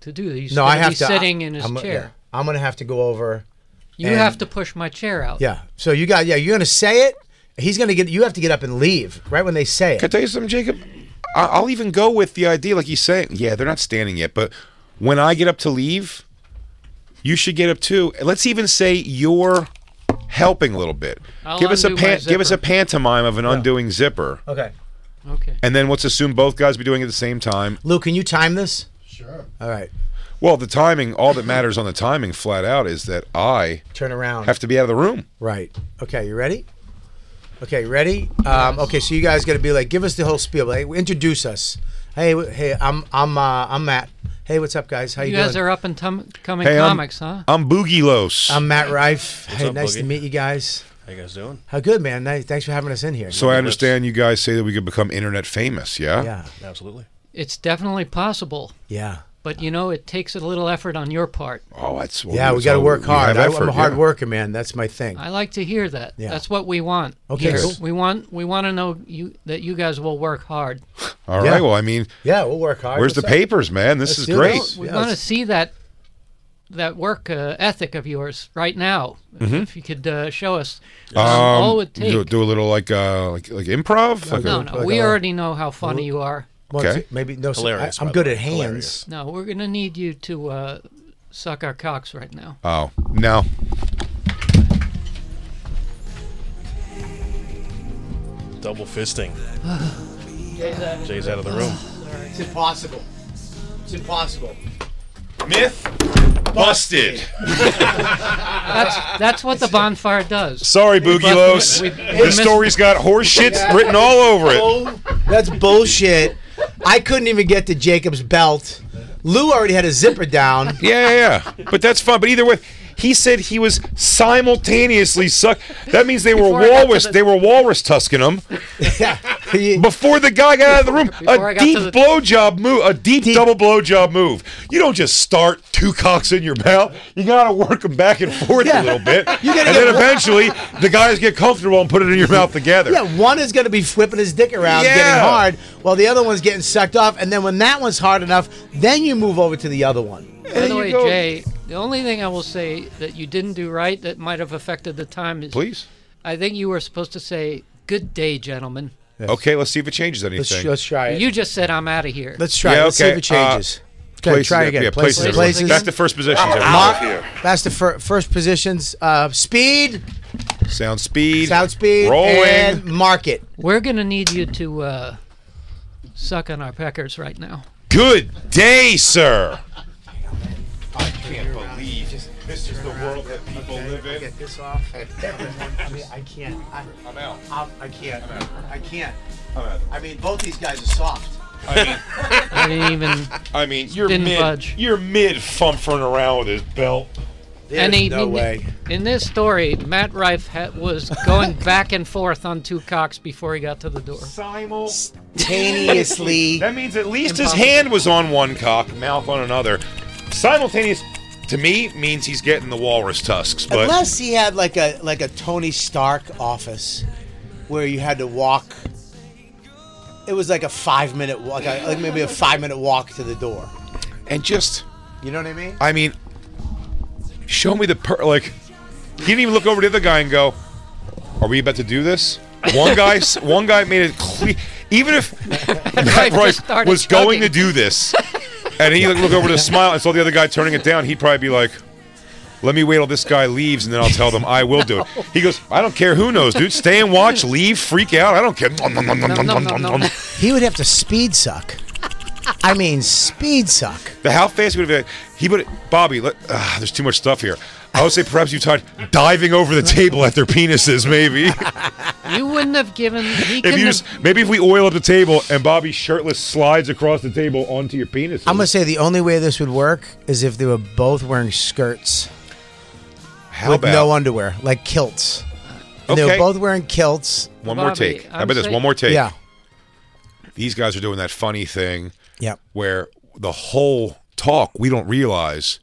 Speaker 9: to do these.
Speaker 3: no, I have
Speaker 9: be
Speaker 3: to.
Speaker 9: sitting in his
Speaker 3: I'm,
Speaker 9: chair.
Speaker 3: yeah. I'm gonna have to go over.
Speaker 9: You
Speaker 3: and-
Speaker 9: have to push my chair out.
Speaker 3: Yeah. So you got. Yeah, you're gonna say it. He's gonna get. You have to get up and leave right when they
Speaker 4: [laughs]
Speaker 3: say
Speaker 4: Can I
Speaker 3: it.
Speaker 4: tell you something, Jacob? I- I'll even go with the idea, like he's saying, yeah, they're not standing yet, but when I get up to leave, you should get up too. And Let's even say you're helping a little bit.
Speaker 9: I'll
Speaker 4: give us a
Speaker 9: undo my
Speaker 4: pan- give us a
Speaker 9: zipper.
Speaker 4: pantomime of an undoing zipper,
Speaker 3: Okay.
Speaker 9: Okay.
Speaker 4: and then let's assume both guys be doing it at the same time.
Speaker 3: Lou, can you time this? Sure. All right.
Speaker 4: Well, the timing, all that matters on the timing, flat out, is that I
Speaker 3: Turn around.
Speaker 4: have to be out of the room.
Speaker 3: Right. Okay, you ready? Okay, you ready? Um, okay, so you guys got to be like, give us the whole spiel. Like, introduce us. Hey, w- hey, I'm I'm uh, I'm Matt. Hey, what's up, guys? How you,
Speaker 9: You
Speaker 3: doing?
Speaker 9: guys are up and tum- coming
Speaker 4: Hey, I'm-
Speaker 9: comics, huh?
Speaker 4: I'm Boogie Los.
Speaker 3: I'm Matt Rife. hey,
Speaker 11: up,
Speaker 3: nice to
Speaker 11: Boogie?
Speaker 3: meet you guys.
Speaker 11: How you guys doing?
Speaker 3: How good, man? Nice. Thanks for having us in here.
Speaker 4: so I understand you guys say that we could become internet famous, yeah?
Speaker 3: yeah,
Speaker 11: Absolutely.
Speaker 9: It's definitely possible,
Speaker 3: yeah,
Speaker 9: but you know, it takes a little effort on your part.
Speaker 4: Oh, that's
Speaker 3: yeah. We got to
Speaker 4: so
Speaker 3: work
Speaker 4: we
Speaker 3: hard.
Speaker 4: have
Speaker 3: I,
Speaker 4: effort,
Speaker 3: am a hard
Speaker 4: yeah.
Speaker 3: worker, man. That's my thing.
Speaker 9: I like to hear that.
Speaker 3: Yeah.
Speaker 9: That's what we want.
Speaker 3: Okay,
Speaker 9: here.
Speaker 3: cool.
Speaker 9: We want we want to know you that you guys will work hard.
Speaker 4: All right.
Speaker 3: Yeah.
Speaker 4: Well, I mean,
Speaker 3: yeah, we'll work hard.
Speaker 4: where's the
Speaker 3: What's up?
Speaker 4: papers, man? This
Speaker 3: Let's
Speaker 4: is
Speaker 3: do
Speaker 4: great.
Speaker 3: this.
Speaker 9: We
Speaker 3: Yeah,
Speaker 9: want to
Speaker 3: let's-
Speaker 9: see that that work uh, ethic of yours right now. If you could uh, show us
Speaker 4: Mm-hmm. Um,
Speaker 9: all it takes.
Speaker 4: do, do a little like uh like like improv. Like
Speaker 9: no,
Speaker 4: a-
Speaker 9: no,
Speaker 3: like
Speaker 9: we
Speaker 3: a-
Speaker 9: already know how funny you are.
Speaker 3: Well,
Speaker 4: Okay.
Speaker 3: Maybe no. so-
Speaker 11: Hilarious,
Speaker 3: I, am
Speaker 11: by
Speaker 3: good
Speaker 11: the
Speaker 3: at
Speaker 11: way.
Speaker 3: hands.
Speaker 11: Hilarious.
Speaker 9: No, we're gonna need you to uh, suck our cocks right
Speaker 3: [laughs]
Speaker 9: now.
Speaker 4: Oh no.
Speaker 11: Double fisting. Jay's out of the room.
Speaker 3: It's impossible. It's impossible.
Speaker 4: Myth busted.
Speaker 9: That's that's what the bonfire does.
Speaker 4: Sorry, Boogie
Speaker 9: [laughs]
Speaker 4: Los.
Speaker 9: we-
Speaker 4: This
Speaker 9: we
Speaker 4: story's got horse shit written all over it.
Speaker 3: That's bullshit. I couldn't even get to Jacob's belt. Lou already had a zipper down.
Speaker 4: Yeah, yeah, yeah. But that's fun. But either way, he said he was simultaneously suck. That means they were
Speaker 9: Before I got to
Speaker 4: walrus.
Speaker 9: the-
Speaker 4: They were walrus tusking him
Speaker 3: He-
Speaker 4: before the guy got out of the room.
Speaker 9: Before I
Speaker 4: a
Speaker 9: got to
Speaker 4: deep
Speaker 9: the-
Speaker 4: blowjob move. A deep, double blowjob move. You don't just start two cocks in your mouth. You gotta work them back and forth a
Speaker 3: Yeah.
Speaker 4: little bit,
Speaker 3: [laughs] You
Speaker 4: and
Speaker 3: gotta get
Speaker 4: then
Speaker 3: one-
Speaker 4: eventually the guys get comfortable and put it in your mouth together.
Speaker 3: yeah, one is going to be flipping his dick around, getting
Speaker 4: Yeah.
Speaker 3: hard, while the other one's getting sucked off. And then when that one's hard enough, then you move over to the other one.
Speaker 9: By the
Speaker 4: you
Speaker 9: way,
Speaker 4: go.
Speaker 9: Jay, the only thing I will say that you didn't do right that might have affected the time is
Speaker 4: Please.
Speaker 9: I think you were supposed to say "Good day, gentlemen."
Speaker 4: Okay, let's see if it changes anything.
Speaker 3: Let's, let's try it.
Speaker 9: You just said "I'm out of here."
Speaker 3: let's try
Speaker 4: Yeah,
Speaker 3: it. Let's see
Speaker 4: okay, uh,
Speaker 3: if it changes. Okay,
Speaker 4: Places,
Speaker 3: try
Speaker 4: yeah,
Speaker 3: again.
Speaker 4: yeah, places, everyone. Back to first positions,
Speaker 3: Mark,
Speaker 4: everyone. Out of here.
Speaker 3: That's the fir- first positions. Uh, speed,
Speaker 4: Sound speed.
Speaker 3: sound speed,
Speaker 4: Rolling.
Speaker 3: and market.
Speaker 9: We're gonna need you to uh, suck on our peckers right now.
Speaker 4: Good day, sir.
Speaker 12: I can't believe this is the world that people live in. Get this off. Everyone, I mean, I can't. I, I'm out. I'm, I can't. I'm out. I can't. I'm out. I mean, both these guys are soft.
Speaker 11: I mean,
Speaker 9: I
Speaker 3: [laughs]
Speaker 9: didn't even.
Speaker 11: I mean, you're
Speaker 9: didn't
Speaker 11: mid,
Speaker 9: budge.
Speaker 11: you're mid fumfering around with his belt.
Speaker 9: in, In this story, Matt Rife ha- was
Speaker 3: [laughs]
Speaker 9: going back and forth on two cocks before he got to the door.
Speaker 3: Simultaneously. [laughs]
Speaker 11: that means at
Speaker 4: least his hand was on one cock, mouth on another. Simultaneous to me means he's getting the walrus tusks, but
Speaker 3: Unless he had like a like a Tony Stark office, where you had to walk. It was like a five minute walk, like, a- like maybe a five minute walk to the door.
Speaker 4: and just
Speaker 3: You know what I mean?
Speaker 4: I mean, show me the per like. He didn't even look over to the other guy and go, "Are we about to do this?" One guy, s- [laughs] one guy made it clear. Even [laughs] if Matt
Speaker 11: Right, just
Speaker 4: Rife
Speaker 11: started
Speaker 4: was going to do this, and he looked over to smile and saw the other guy turning it down, he'd probably be like, "Let me wait till this guy leaves, and then I'll tell them I will [laughs] do it." He goes, "I don't care who knows, dude. Stay and [laughs] watch, leave, freak out. I don't care." Nom, nom, nom, nom, nom, nom, nom.
Speaker 3: He would have to speed suck. I mean, speed suck.
Speaker 4: The how fast would have he would Bobby? Let, uh, there's too much stuff here. I would say perhaps you tried diving over the table at their penises,
Speaker 3: [laughs]
Speaker 4: maybe.
Speaker 9: You wouldn't have given. He
Speaker 4: if
Speaker 9: couldn't
Speaker 4: you
Speaker 9: have
Speaker 4: just maybe if we oil up the table and Bobby shirtless slides across the table onto your penis.
Speaker 3: I'm gonna say the only way this would work is if they were both wering skirts
Speaker 4: How
Speaker 3: with
Speaker 4: about-
Speaker 3: no underwear, like kilts. And They were
Speaker 4: Okay.
Speaker 3: both wearing kilts.
Speaker 4: One more take. How about this? One more take.
Speaker 3: Yeah.
Speaker 4: These guys are doing that funny thing.
Speaker 3: Yep.
Speaker 4: Where the whole talk we don't realize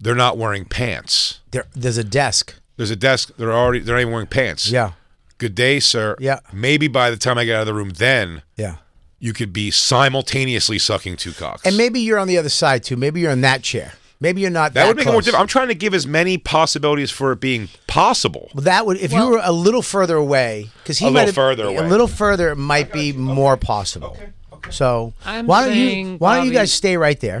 Speaker 4: they're not wearing pants.
Speaker 3: There, there's a desk.
Speaker 4: There's a desk. They're already they're not even wearing pants.
Speaker 3: Yeah.
Speaker 4: Good day, sir.
Speaker 3: Yeah.
Speaker 4: Maybe by the time I get out of the room, then
Speaker 3: Yeah.
Speaker 4: you could be simultaneously sucking two cocks.
Speaker 3: And maybe you're on the other side too. Maybe you're in that chair. Maybe you're not.
Speaker 4: That, would make it more
Speaker 3: close.
Speaker 4: difficult. I'm trying to give as many possibilities for it being possible.
Speaker 3: Well, that would if you were a little further away because he
Speaker 4: A little
Speaker 3: might have-
Speaker 4: further away.
Speaker 3: A little further it might be more possible. Okay. So
Speaker 9: I'm
Speaker 3: why don't you
Speaker 9: saying,
Speaker 3: why don't you
Speaker 9: Bobby-
Speaker 3: guys stay right there?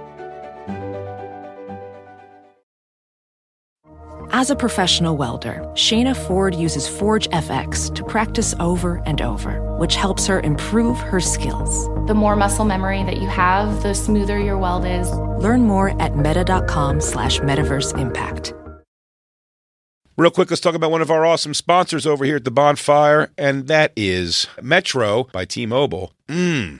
Speaker 13: As a professional welder, Shayna Ford uses Forge FX to practice over and over, which helps her improve her skills.
Speaker 6: The more muscle memory that you have, the smoother your weld is.
Speaker 13: Learn more at meta.com slash metaverse impact.
Speaker 4: Real quick, let's talk about one of our awesome sponsors over here at the bonfire, and that is Metro by T Mobile. Mmm.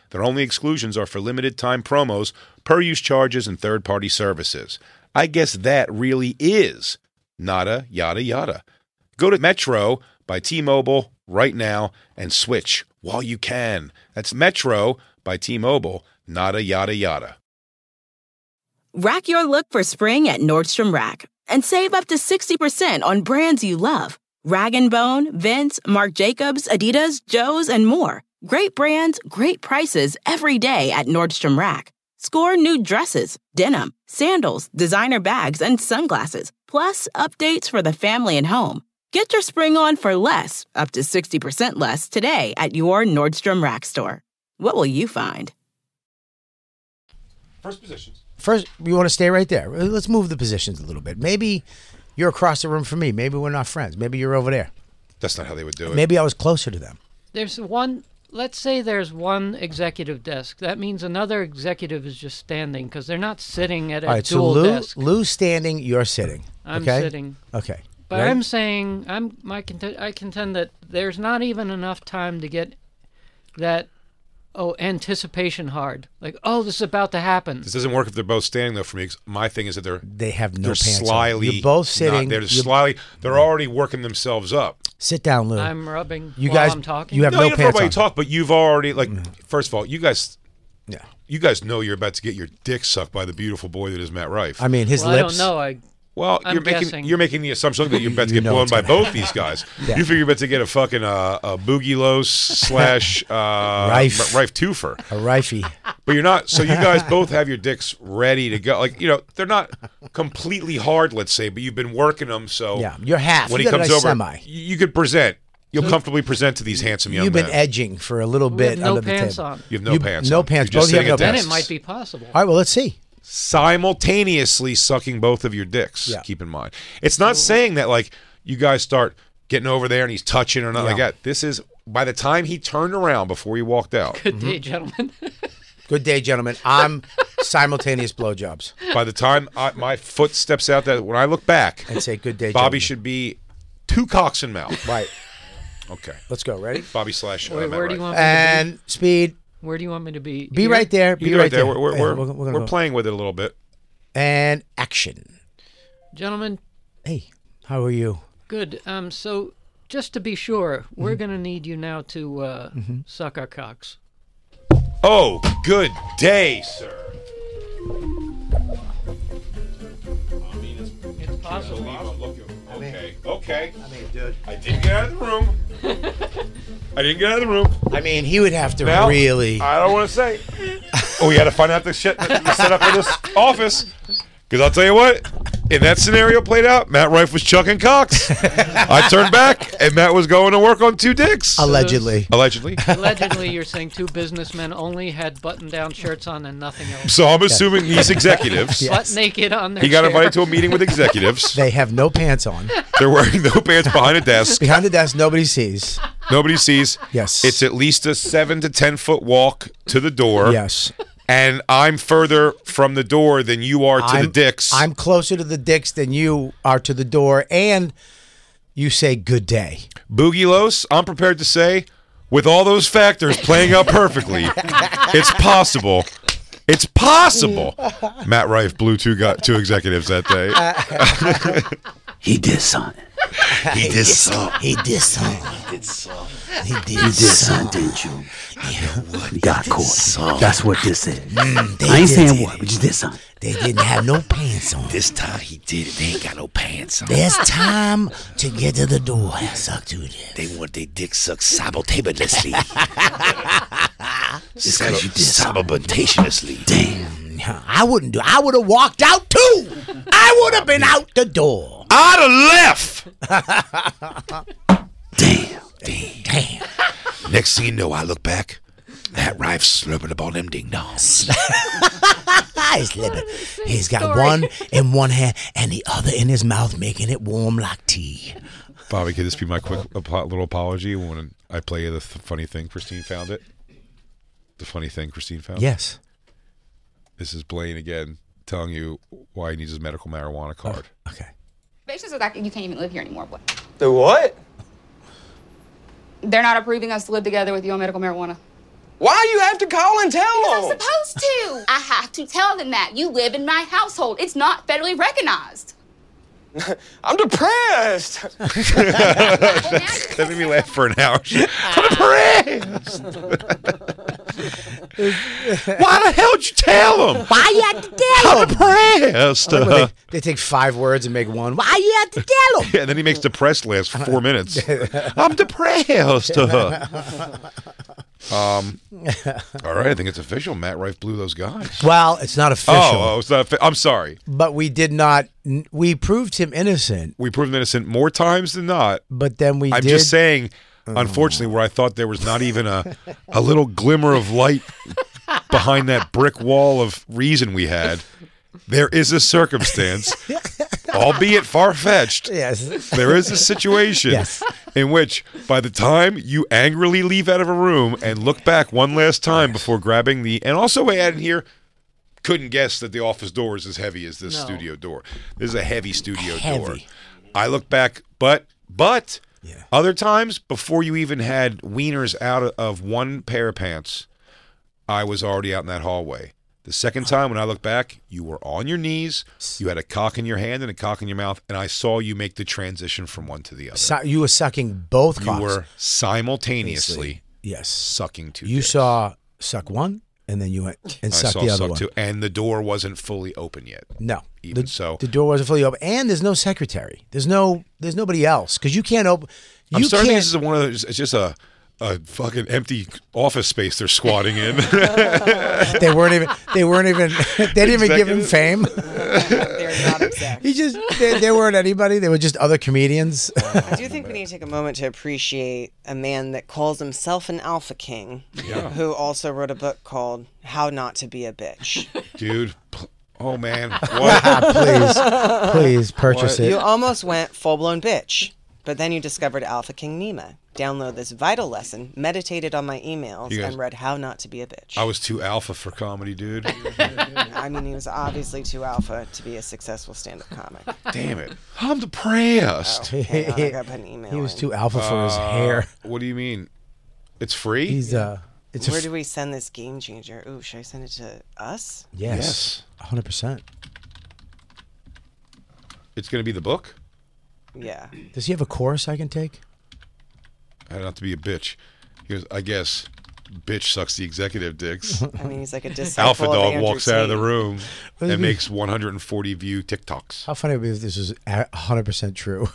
Speaker 4: Their only exclusions are for limited time promos, per use charges, and third party services. I guess that really is nada, yada, yada. Go to Metro by T Mobile right now and switch while you can. That's Metro by T Mobile, nada, yada, yada.
Speaker 14: Rack your look for spring at Nordstrom Rack and save up to 60% on brands you love. Rag & Bone, Vince, Marc Jacobs, Adidas, Joe's, and more. Great brands, great prices every day at Nordstrom Rack. Score new dresses, denim, sandals, designer bags, and sunglasses, plus updates for the family and home. Get your spring on for less, up to 60% less today at your Nordstrom Rack store. What will you find?
Speaker 4: First positions.
Speaker 3: First, you want to stay right there. Let's move the positions a little bit. Maybe you're across the room from me. Maybe we're not friends. Maybe you're over there.
Speaker 4: That's not how they would do it.
Speaker 3: Maybe I was closer to them.
Speaker 9: There's one let's say there's one executive desk. That means another executive is just standing because they're not sitting at a
Speaker 3: All right, so
Speaker 9: dual
Speaker 3: Lou,
Speaker 9: desk.
Speaker 3: Lou's standing, you're sitting.
Speaker 9: I'm
Speaker 3: okay?
Speaker 9: sitting.
Speaker 3: Okay.
Speaker 9: But
Speaker 3: Ready?
Speaker 9: I'm saying I'm my contend, I contend that there's not even enough time to get that oh anticipation hard. Like oh this is about to happen.
Speaker 4: This doesn't work if they're both standing though. For me, 'cause my thing is that they're
Speaker 3: They have no
Speaker 4: they're
Speaker 3: pants on.
Speaker 4: slyly
Speaker 3: You're both
Speaker 4: not-
Speaker 3: sitting.
Speaker 4: they're just
Speaker 3: You're-
Speaker 4: slyly. They're already working themselves up.
Speaker 3: Sit down, Lou.
Speaker 9: I'm rubbing
Speaker 3: uh, You
Speaker 9: while
Speaker 3: guys,
Speaker 9: I'm talking.
Speaker 3: you have no,
Speaker 4: you
Speaker 3: pants
Speaker 4: Nobody
Speaker 3: on. Mm.
Speaker 4: talk, but you've already like. First of all, you guys.
Speaker 3: Yeah.
Speaker 4: You guys know you're about to get your dick sucked by the beautiful boy that is Matt Rife.
Speaker 3: I mean, his
Speaker 9: Well, I don't
Speaker 3: lips.
Speaker 9: know. I-
Speaker 4: Well,
Speaker 9: I'm
Speaker 4: you're making
Speaker 9: guessing.
Speaker 4: you're making the assumption that you're about
Speaker 3: [laughs]
Speaker 4: to get
Speaker 3: know
Speaker 4: blown
Speaker 3: it's
Speaker 4: by
Speaker 3: gonna
Speaker 4: both
Speaker 3: happen.
Speaker 4: these
Speaker 3: [laughs]
Speaker 4: guys.
Speaker 3: Yeah.
Speaker 4: You figure you're about to get a fucking uh, a
Speaker 3: [laughs]
Speaker 4: Boogie slash uh,
Speaker 3: Rife.
Speaker 4: Rife twofer.
Speaker 3: A
Speaker 9: [laughs]
Speaker 3: rifey.
Speaker 4: But you're not. So you guys both have your dicks ready to go. Like you know, they're not completely hard, let's say, but you've been working them. So
Speaker 3: Yeah, you're half.
Speaker 4: When
Speaker 3: You
Speaker 4: he
Speaker 3: got a
Speaker 4: comes
Speaker 3: nice
Speaker 4: over,
Speaker 3: semi.
Speaker 4: y- you could present. You'll comfortably present to these handsome young
Speaker 3: You've
Speaker 4: men.
Speaker 3: been edging for a little bit
Speaker 9: have no
Speaker 3: under the
Speaker 9: pants
Speaker 3: table.
Speaker 9: on.
Speaker 4: You have no pants
Speaker 3: No
Speaker 4: on.
Speaker 3: pants.
Speaker 4: You're just
Speaker 3: Both of you have
Speaker 4: sitting
Speaker 3: no
Speaker 4: at
Speaker 9: Then
Speaker 3: pants.
Speaker 9: it might be possible.
Speaker 3: All right. Well, let's see.
Speaker 4: simultaneously sucking both of your dicks. Keep in mind, it's not saying that like you guys start getting over there and he's touching or not like
Speaker 3: Yeah.
Speaker 4: that. This is by the time he turned around before he walked
Speaker 9: [laughs]
Speaker 4: out.
Speaker 3: Mm-hmm.
Speaker 9: Good day, gentlemen.
Speaker 3: Good day, gentlemen. I'm [laughs] simultaneous blowjobs.
Speaker 4: by the time I, my foot steps out, that when I look back,
Speaker 3: And say good day,
Speaker 4: Bobby
Speaker 3: gentlemen.
Speaker 4: should be two cocks in
Speaker 3: [laughs]
Speaker 4: mouth.
Speaker 3: Right.
Speaker 4: Okay.
Speaker 3: Let's go. Ready?
Speaker 4: Bobby slash. uh,
Speaker 9: Wait,
Speaker 4: Matt
Speaker 9: where do you
Speaker 4: Wright.
Speaker 9: want me to
Speaker 3: And speed.
Speaker 9: be? Where do you want me to be?
Speaker 3: Be
Speaker 9: Here?
Speaker 3: right there.
Speaker 4: You
Speaker 3: Be
Speaker 4: do
Speaker 3: right there.
Speaker 4: We're, we're,
Speaker 3: Yeah,
Speaker 4: we're,
Speaker 3: we're gonna- we're
Speaker 4: we're,
Speaker 3: gonna go.
Speaker 4: playing with it a little bit.
Speaker 3: And action.
Speaker 9: Gentlemen,
Speaker 3: Hey, how are you?
Speaker 9: good. Um, so just to be sure, we're
Speaker 3: Mm-hmm.
Speaker 9: gonna need you now to uh, suck our cocks.
Speaker 4: Oh, good day, sir.
Speaker 9: It's possible.
Speaker 4: Okay. Okay.
Speaker 12: I mean, dude.
Speaker 4: I didn't get out of the
Speaker 9: [laughs]
Speaker 4: room. I didn't get out of the room.
Speaker 3: I mean, he would have to
Speaker 4: Now,
Speaker 3: really.
Speaker 4: I don't want to say. oh, we got to find out the shit the setup for this office. Because I'll tell you what, if that scenario played out, Matt Rife was chucking cocks. I turned back, and Matt was going to work on two dicks.
Speaker 3: Allegedly.
Speaker 4: Allegedly.
Speaker 9: Allegedly, you're saying two businessmen only had button-down shirts on and nothing else.
Speaker 4: So I'm assuming these executives.
Speaker 9: Butt naked on their
Speaker 4: He got
Speaker 9: chair.
Speaker 4: invited to a meeting with executives.
Speaker 3: They have no pants on.
Speaker 9: [laughs]
Speaker 4: They're wearing no pants behind a desk.
Speaker 3: Behind the desk, nobody sees.
Speaker 4: Nobody sees.
Speaker 3: Yes.
Speaker 4: It's at least a seven to 10 foot walk to the door.
Speaker 3: Yes.
Speaker 4: And I'm further from the door than you are to the
Speaker 3: I'm-
Speaker 4: dicks.
Speaker 3: I'm closer to the dicks than you are to the door, and you say good day.
Speaker 4: Boogie Los, I'm prepared to say, with all those factors playing out perfectly, it's possible. It's possible. Matt Rife blew two got two executives that day.
Speaker 15: He did something. He did something.
Speaker 3: He did something.
Speaker 15: He did something.
Speaker 3: He did,
Speaker 15: You did something, didn't you? Got caught. That's what this is.
Speaker 3: Mm, they
Speaker 15: I ain't
Speaker 3: did
Speaker 15: saying
Speaker 3: it.
Speaker 15: what, but you did something.
Speaker 3: They didn't have no pants on.
Speaker 15: This time he did it. They ain't got no pants on.
Speaker 3: There's time to get to the door. Suck to it.
Speaker 15: They want their dick sucked
Speaker 3: [laughs]
Speaker 15: simultaneously. Just because you did simultaneously. Damn.
Speaker 3: I wouldn't do. I would have walked out too. I would have been out the door.
Speaker 4: I'd have left.
Speaker 3: Damn.
Speaker 15: Next thing you know, I look back. That Rife slurping up on them ding dongs.
Speaker 3: [laughs] He's living. He's got one in one hand and the other in his mouth, making it warm like tea.
Speaker 4: Bobby, could this be my quick apo- little apology when I play the th- funny thing Christine found it? The funny thing Christine found?
Speaker 3: Yes.
Speaker 4: This is Blaine again telling you why he needs his medical marijuana card. [laughs]
Speaker 6: Basically, says like you can't even live here anymore. What?
Speaker 7: The what?
Speaker 6: They're not approving us to live together with you on medical marijuana.
Speaker 7: Why you have to call and tell
Speaker 6: I'm
Speaker 7: them?
Speaker 6: supposed
Speaker 7: [laughs]
Speaker 6: to. I have to tell them that you live in my household. It's not federally recognized.
Speaker 7: I'm depressed.
Speaker 4: that made me laugh for an hour. I'm depressed. Why the hell did you tell him?
Speaker 3: Why you had to
Speaker 15: [laughs]
Speaker 3: tell him?
Speaker 4: Depressed. uh,
Speaker 3: they, take five words and make one. Why you had to tell him?
Speaker 4: [laughs] Yeah, and then he makes depressed last for
Speaker 3: [laughs]
Speaker 4: four minutes. I'm depressed. um, all right, I think it's official. Matt Rife blew those guys.
Speaker 3: Well, it's not official,
Speaker 4: Oh, oh, it's not. offi- I'm sorry.
Speaker 3: but we did not. We proved him innocent,
Speaker 4: We proved him innocent more times than not.
Speaker 3: but then we
Speaker 4: I'm
Speaker 3: did. Oh.
Speaker 4: just saying, unfortunately, where I thought there was not even a a little glimmer of light
Speaker 3: [laughs]
Speaker 4: behind that brick wall of reason we had, there is a circumstance albeit far fetched, yes. there is a situation in which, by the time you angrily leave out of a room and look back one last time before grabbing the, and also I add in here, couldn't guess that the office door is as heavy as this
Speaker 16: No.
Speaker 4: studio door. This is a heavy studio door.
Speaker 16: Heavy.
Speaker 4: I look back, but but other times before you even had wieners out of- of one pair of pants, I was already out in that hallway. The second time when I look back, you were on your knees, you had a cock in your hand and a cock in your mouth, and I saw you make the transition from one to the other.
Speaker 3: Su- you were sucking both
Speaker 4: You
Speaker 3: cocks.
Speaker 4: were simultaneously
Speaker 3: yes
Speaker 4: sucking two.
Speaker 3: You saw suck one, and then you went and
Speaker 4: I
Speaker 3: sucked
Speaker 4: saw
Speaker 3: the other
Speaker 4: suck
Speaker 3: one.
Speaker 4: two, and the door wasn't fully open yet.
Speaker 3: No,
Speaker 4: even
Speaker 3: the,
Speaker 4: so,
Speaker 3: the door wasn't fully open, and there's no secretary. There's no, there's nobody else because you can't open. You
Speaker 4: I'm starting to think
Speaker 3: can't.
Speaker 4: this is one of those. It's just a a fucking empty office space they're squatting
Speaker 3: [laughs]
Speaker 4: in.
Speaker 3: [laughs]
Speaker 4: [laughs]
Speaker 3: they weren't even. They weren't even. [laughs] They didn't even give him fame.
Speaker 8: They're not exact.
Speaker 3: He just. They, they weren't anybody. They were just other comedians. [laughs]
Speaker 8: I do think we need to take a moment to appreciate a man that calls himself an alpha king,
Speaker 4: Yeah.
Speaker 8: who also wrote a book called "How Not to Be a Bitch."
Speaker 4: dude. pl- Oh man,
Speaker 3: [laughs] Please,
Speaker 4: what?
Speaker 3: Ah, please purchase
Speaker 4: What?
Speaker 3: it.
Speaker 8: You almost went full blown bitch, but then you discovered Alpha King Nima. Download this vital lesson, meditated on my emails,
Speaker 4: You guys-
Speaker 8: and read How Not to Be a Bitch.
Speaker 4: I was too alpha for comedy,
Speaker 3: [laughs]
Speaker 4: dude.
Speaker 8: I mean, he was obviously too alpha to be a successful stand up
Speaker 4: [laughs]
Speaker 8: comic.
Speaker 4: Damn it, I'm depressed.
Speaker 8: Oh, hang on, I gotta put an email
Speaker 3: He was
Speaker 8: in.
Speaker 3: too alpha for his
Speaker 4: Uh,
Speaker 3: hair.
Speaker 4: What do you mean? It's free.
Speaker 3: He's uh. It's a
Speaker 8: Where
Speaker 3: f-
Speaker 8: do we send this game changer? Ooh, should I send it to us?
Speaker 3: yes, hundred percent.
Speaker 4: It's gonna be the book.
Speaker 8: Yeah.
Speaker 3: Does he have a course I can take?
Speaker 4: I don't have to be a bitch. He goes, I guess, bitch sucks the executive
Speaker 3: [laughs]
Speaker 4: dicks.
Speaker 8: I mean, he's like a disciple
Speaker 4: [laughs] Alpha
Speaker 8: of
Speaker 4: dog
Speaker 8: Andrew
Speaker 4: walks out of the
Speaker 8: Tate.
Speaker 4: room
Speaker 3: What
Speaker 4: and
Speaker 3: is he-
Speaker 4: makes 140 view TikToks.
Speaker 3: How funny would it be if this was hundred
Speaker 4: [laughs]
Speaker 3: percent true?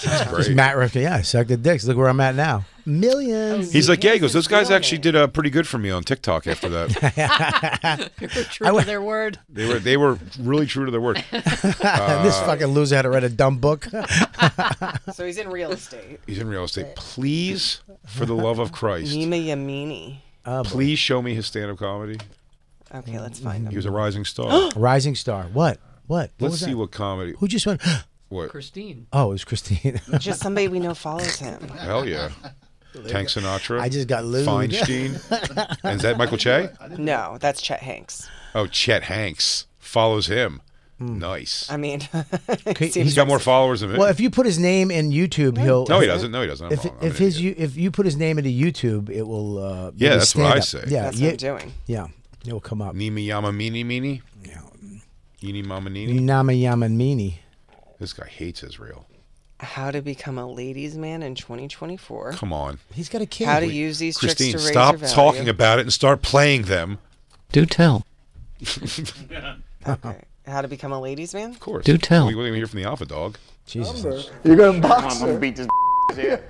Speaker 3: Just
Speaker 4: great.
Speaker 3: Matt Rifkin, yeah, I sucked the dicks. Look where I'm at now. Millions.
Speaker 4: He's like, yeah, he goes, those guys actually did uh, pretty good for me on TikTok after
Speaker 3: [laughs]
Speaker 4: that.
Speaker 9: People are true to their word.
Speaker 4: they were they were really true to their
Speaker 3: [laughs]
Speaker 4: word.
Speaker 3: this
Speaker 4: Uh,
Speaker 3: fucking loser had to read a dumb
Speaker 4: [laughs]
Speaker 3: book.
Speaker 8: So he's in real estate.
Speaker 4: He's in real
Speaker 3: [laughs]
Speaker 4: estate. Please, for the love of Christ,
Speaker 8: Nima Yamini.
Speaker 4: please show me his stand-up comedy.
Speaker 8: Okay, let's
Speaker 4: [laughs]
Speaker 8: find him.
Speaker 4: He was a rising
Speaker 3: [gasps]
Speaker 4: star.
Speaker 3: Rising star. What? What? what
Speaker 4: Let's
Speaker 3: was
Speaker 4: see
Speaker 3: that?
Speaker 4: what comedy.
Speaker 3: Who just went?
Speaker 4: What?
Speaker 9: Christine.
Speaker 3: [gasps] Oh, it was Christine. [laughs]
Speaker 8: Just somebody we know follows him.
Speaker 4: Hell yeah. Tank Sinatra.
Speaker 3: I just got lewd. [laughs]
Speaker 4: Feinstein. and is that Michael Che?
Speaker 8: No, that's Chet Hanks.
Speaker 4: Oh, Chet Hanks follows him.
Speaker 3: Hmm.
Speaker 4: Nice.
Speaker 8: I mean, [laughs]
Speaker 4: He's got more followers than me.
Speaker 3: Well, if you put his name in YouTube, he'll.
Speaker 4: No, he doesn't. No, he doesn't. I'm
Speaker 3: If,
Speaker 4: wrong. I'm
Speaker 3: if his you if you put his name into YouTube, it will. Uh,
Speaker 4: Yeah,
Speaker 3: really
Speaker 4: that's what I say.
Speaker 3: stand up. Yeah,
Speaker 4: That's
Speaker 3: yeah,
Speaker 4: what I'm doing.
Speaker 3: Yeah, it will come up.
Speaker 4: Nimi Yama Mini Mini. Eeny Mama Nini.
Speaker 3: Nama Yamamini.
Speaker 4: This guy hates Israel.
Speaker 8: How to become a ladies' man in 2024.
Speaker 4: Come on.
Speaker 3: He's got a kid.
Speaker 8: How to use these
Speaker 4: Christine,
Speaker 8: tricks to
Speaker 4: stop
Speaker 8: raise your
Speaker 4: talking
Speaker 8: value.
Speaker 4: about it and start playing them.
Speaker 9: Do tell.
Speaker 8: Okay. How to become a ladies' man? Of
Speaker 4: course.
Speaker 9: Do tell.
Speaker 4: We, we're going to hear from the Alpha Dog.
Speaker 3: Jesus.
Speaker 10: You're gonna box her.
Speaker 7: this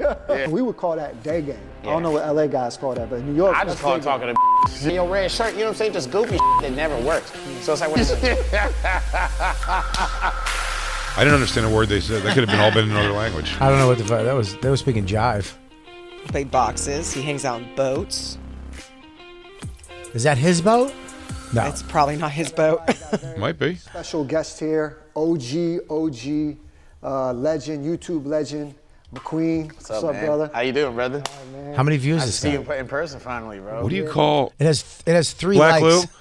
Speaker 10: Uh, We would call that day game. I don't know what LA guys call that, but in New York.
Speaker 7: I
Speaker 10: that's
Speaker 7: just call
Speaker 10: day
Speaker 7: it talking to
Speaker 10: game.
Speaker 7: your red shirt, you know what I'm saying? Just goofy that never works. So it's like
Speaker 10: [laughs]
Speaker 4: I didn't understand a word they said. That could have been all been in another
Speaker 3: [laughs]
Speaker 4: language.
Speaker 3: I don't know what the fuck that was. They were speaking jive.
Speaker 8: Play boxes. He hangs out on boats.
Speaker 3: Is that his boat? No.
Speaker 8: It's probably not his boat. [laughs]
Speaker 4: Might be.
Speaker 10: Special guest here, OG, OG, uh, legend, YouTube legend, McQueen. What's
Speaker 7: up, man?
Speaker 10: brother?
Speaker 7: How you doing, brother?
Speaker 3: How many views
Speaker 7: I
Speaker 3: is
Speaker 7: see
Speaker 3: that?
Speaker 7: you in person finally, bro.
Speaker 4: What do you call
Speaker 3: It has it has three
Speaker 4: Black Lou?
Speaker 3: [laughs] likes.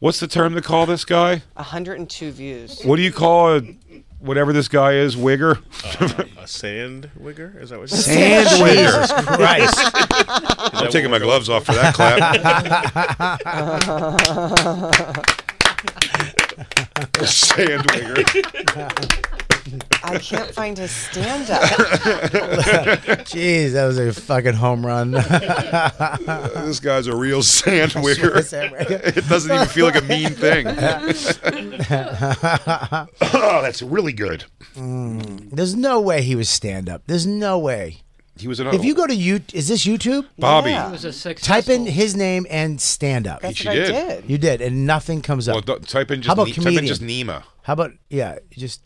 Speaker 4: What's the term to call this guy?
Speaker 8: 102 views. [laughs]
Speaker 4: What do you call a, whatever this guy is? Wigger?
Speaker 11: A sand wigger? Is that what
Speaker 4: Sand wigger.
Speaker 11: Jesus
Speaker 4: Christ. I'm
Speaker 11: what
Speaker 4: taking my
Speaker 11: we're
Speaker 4: gloves
Speaker 11: going-
Speaker 4: off for that [laughs] clap. sand
Speaker 8: I can't find his stand
Speaker 4: [laughs]
Speaker 8: up.
Speaker 3: Jeez, that was a fucking home run. [laughs]
Speaker 4: Uh, this guy's a real sand
Speaker 3: I swear
Speaker 4: wigger.
Speaker 3: to sand
Speaker 4: [laughs]
Speaker 3: wigger.
Speaker 4: it doesn't even feel like a mean
Speaker 3: [laughs]
Speaker 4: thing. [laughs] oh, that's really good.
Speaker 3: Mm. There's no way he was stand up. There's no way.
Speaker 4: He was an.
Speaker 3: If you go to you, is this YouTube?
Speaker 4: Bobby.
Speaker 9: He was a successful.
Speaker 3: Type in his name and stand up.
Speaker 9: That's She what I did. did.
Speaker 3: You did, and nothing comes up.
Speaker 4: Well, type in just
Speaker 3: How about
Speaker 4: Ne- type in
Speaker 3: comedian?
Speaker 4: just Nema.
Speaker 3: How about yeah, just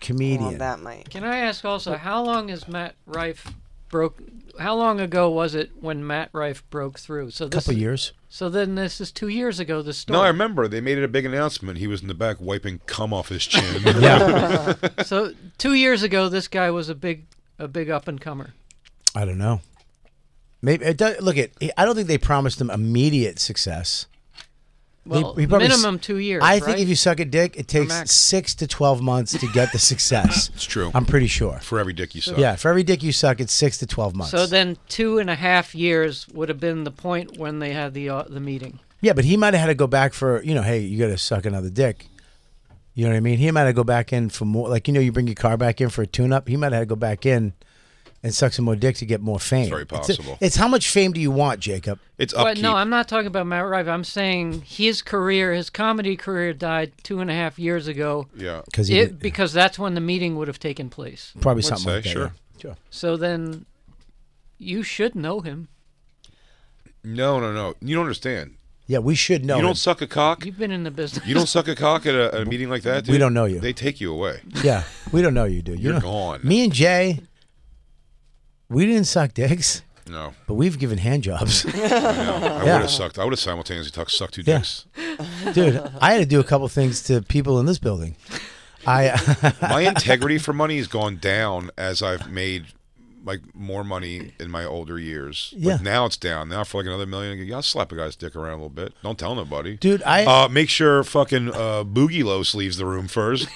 Speaker 3: comedian.
Speaker 8: that might.
Speaker 9: Can I ask also how long has Matt Rife broke. How long ago was it when Matt Rife broke through? So this
Speaker 3: Couple
Speaker 9: is-
Speaker 3: years.
Speaker 9: So then this is two years ago. The story.
Speaker 4: No, I remember they made it a big announcement. He was in the back wiping cum off his
Speaker 3: [laughs]
Speaker 4: chin.
Speaker 9: so two years ago, this guy was a big, a big up and comer.
Speaker 3: I don't know. Maybe it does, look at. I don't think they promised him immediate success. They-
Speaker 9: Well,
Speaker 3: he probably s-
Speaker 9: minimum two years,
Speaker 3: I think
Speaker 9: right?
Speaker 3: if you suck a dick, it takes
Speaker 9: max.
Speaker 3: six to twelve months to
Speaker 9: [laughs]
Speaker 3: get the success.
Speaker 4: it's true.
Speaker 3: I'm pretty sure.
Speaker 4: For every dick you suck.
Speaker 3: Yeah, for every dick you suck, it's six to twelve months.
Speaker 9: So then two and a half years would have been the point when they had the uh, the meeting.
Speaker 3: yeah, but he might have had to go back for you know, hey, you got to suck another dick. You know what I mean? He might have to go back in for more. Like you know, you bring your car back in for a tune-up. He might have had to go back in and suck some more dick to get more fame.
Speaker 4: very possible.
Speaker 3: It's, it's how much fame do you want, Jacob?
Speaker 4: It's
Speaker 9: But no, I'm not talking about Matt Rife. I'm saying his career, his comedy career, died two and a half years ago.
Speaker 4: Yeah.
Speaker 3: 'Cause he
Speaker 9: it, because that's when the meeting would have taken place.
Speaker 3: Probably Would something like say, that, sure. Sure.
Speaker 9: So then, you should know him.
Speaker 4: No, no, no. You don't understand.
Speaker 3: Yeah, we should know.
Speaker 4: you don't
Speaker 3: him.
Speaker 4: suck a cock.
Speaker 9: You've been in the business. [laughs]
Speaker 4: You don't suck a cock at a, at a meeting like that.
Speaker 3: We
Speaker 4: Dude.
Speaker 3: don't know you.
Speaker 4: They take you away.
Speaker 3: Yeah, we don't know you, dude.
Speaker 4: You're
Speaker 3: you know-
Speaker 4: gone.
Speaker 3: Me and Jay, we didn't suck dicks. [laughs]
Speaker 4: No.
Speaker 3: but we've given hand jobs. [laughs]
Speaker 4: I know. I would have sucked. I would have simultaneously tucked, sucked two
Speaker 3: Yeah.
Speaker 4: dicks.
Speaker 3: dude. I had to do a couple things to people in this building. I [laughs]
Speaker 4: my integrity for money has gone down as I've made like more money in my older years. But
Speaker 3: Yeah.
Speaker 4: now it's down. Now for like another million, yeah, I'll slap a guy's dick around a little bit. Don't tell nobody,
Speaker 3: Dude, I-
Speaker 4: uh, make sure fucking uh, Boogie Los leaves the room
Speaker 3: [laughs]
Speaker 4: first.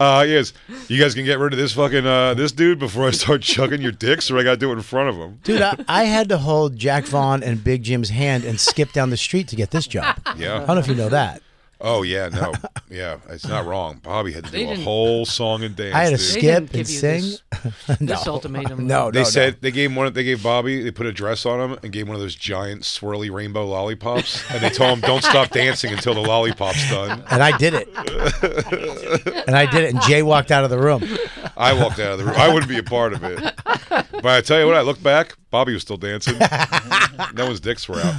Speaker 4: Uh, yes, you guys can get rid of this fucking uh, this dude before I start chucking your dicks, or I got to do it in front of him.
Speaker 3: dude, I, I had to hold Jack Vaughn and Big Jim's hand and skip down the street to get this job.
Speaker 4: Yeah.
Speaker 3: I don't know if you know that.
Speaker 4: Oh yeah, no, yeah, it's not wrong. Bobby had to
Speaker 9: They
Speaker 4: do a
Speaker 9: didn't-
Speaker 4: whole song and dance.
Speaker 3: I had to
Speaker 4: dude.
Speaker 3: skip and
Speaker 9: give you
Speaker 3: sing.
Speaker 9: this-
Speaker 3: no.
Speaker 9: this ultimatum.
Speaker 3: No, no,
Speaker 4: they
Speaker 3: Oh, no.
Speaker 4: said they gave one. They gave Bobby. They put a dress on him and gave him one of those giant swirly rainbow lollipops. and they told him, "Don't stop dancing until the lollipop's done."
Speaker 3: And I did it. and I did it. And Jay walked out of the room.
Speaker 4: I walked out of the room. I wouldn't be a part of it. But I tell you what, I look back. Bobby was still dancing. no one's dicks were out.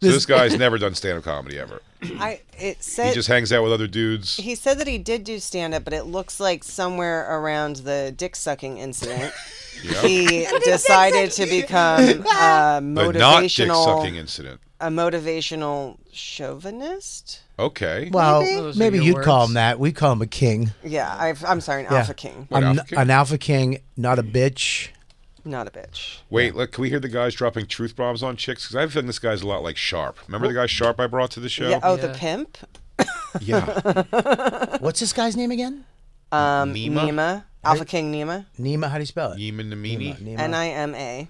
Speaker 4: So this,
Speaker 8: This-
Speaker 4: guy's never done stand-up comedy ever.
Speaker 8: I it said
Speaker 4: He just hangs out with other dudes.
Speaker 8: He said that he did do stand up, but it looks like somewhere around the dick sucking incident,
Speaker 4: [laughs] Yeah.
Speaker 8: he decided to become a
Speaker 4: But not
Speaker 8: motivational,
Speaker 4: dick-sucking incident.
Speaker 8: a motivational chauvinist.
Speaker 4: Okay.
Speaker 3: Well, maybe, you'd call him that. We call him a king.
Speaker 8: Yeah, I've, I'm sorry, an
Speaker 3: Yeah.
Speaker 8: alpha king,
Speaker 3: I'm n- An alpha king, not a bitch.
Speaker 8: not a bitch.
Speaker 4: Wait, look, can we hear the guys dropping truth bombs on chicks? Because I have a feeling this guy's a lot like Sharp. Remember the guy Sharp I brought to the show?
Speaker 8: Yeah, oh, the pimp.
Speaker 4: Yeah.
Speaker 3: What's this guy's name again?
Speaker 8: Um,
Speaker 4: Nema?
Speaker 8: Nema, Alpha King Nema,
Speaker 3: Nima, how do you spell it?
Speaker 4: Nima Namini.
Speaker 8: N I M A,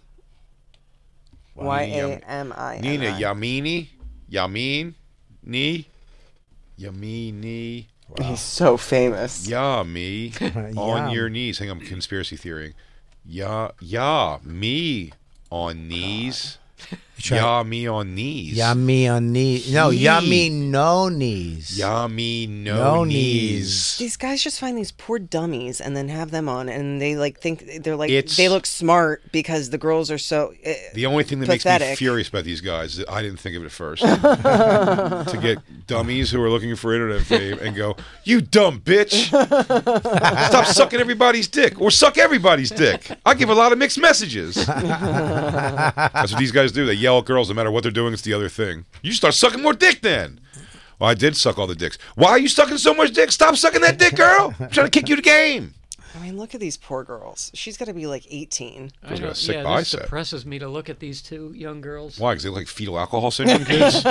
Speaker 8: Y A M I. N
Speaker 4: Nina
Speaker 8: I.
Speaker 4: Yamini, Yamin, Ni, Yamini.
Speaker 8: He's so famous.
Speaker 4: Ya me on your knees. Hang on, conspiracy theory. Ya ya me on knees.
Speaker 3: try-
Speaker 4: Ya me on knees.
Speaker 3: Yummy on knees. No,
Speaker 4: He.
Speaker 3: yummy no knees.
Speaker 4: Ya me no,
Speaker 3: No
Speaker 4: knees.
Speaker 8: These guys just find these poor dummies and then have them on, and they like think they're like
Speaker 4: It's-
Speaker 8: they look smart because the girls are so. Uh,
Speaker 4: The only thing that makes me
Speaker 8: Pathetic.
Speaker 4: furious about these guys is I didn't think of it at first. to get dummies who are looking for internet fame and go, you dumb bitch. Stop sucking everybody's dick or suck everybody's dick. I give a lot of mixed messages. That's what these guys do. They yell at girls no matter what they're doing. It's the other thing. You start sucking more dick then. Well, I did suck all the dicks. Why are you sucking so much dick? Stop sucking that dick, girl. I'm trying to kick you to game.
Speaker 8: I mean, look at these poor girls. She's got to be like eighteen.
Speaker 4: She's got a sick
Speaker 9: yeah, this
Speaker 4: bicep.
Speaker 9: depresses me to look at these two young girls.
Speaker 4: Why? Because they look like fetal alcohol syndrome [laughs] kids.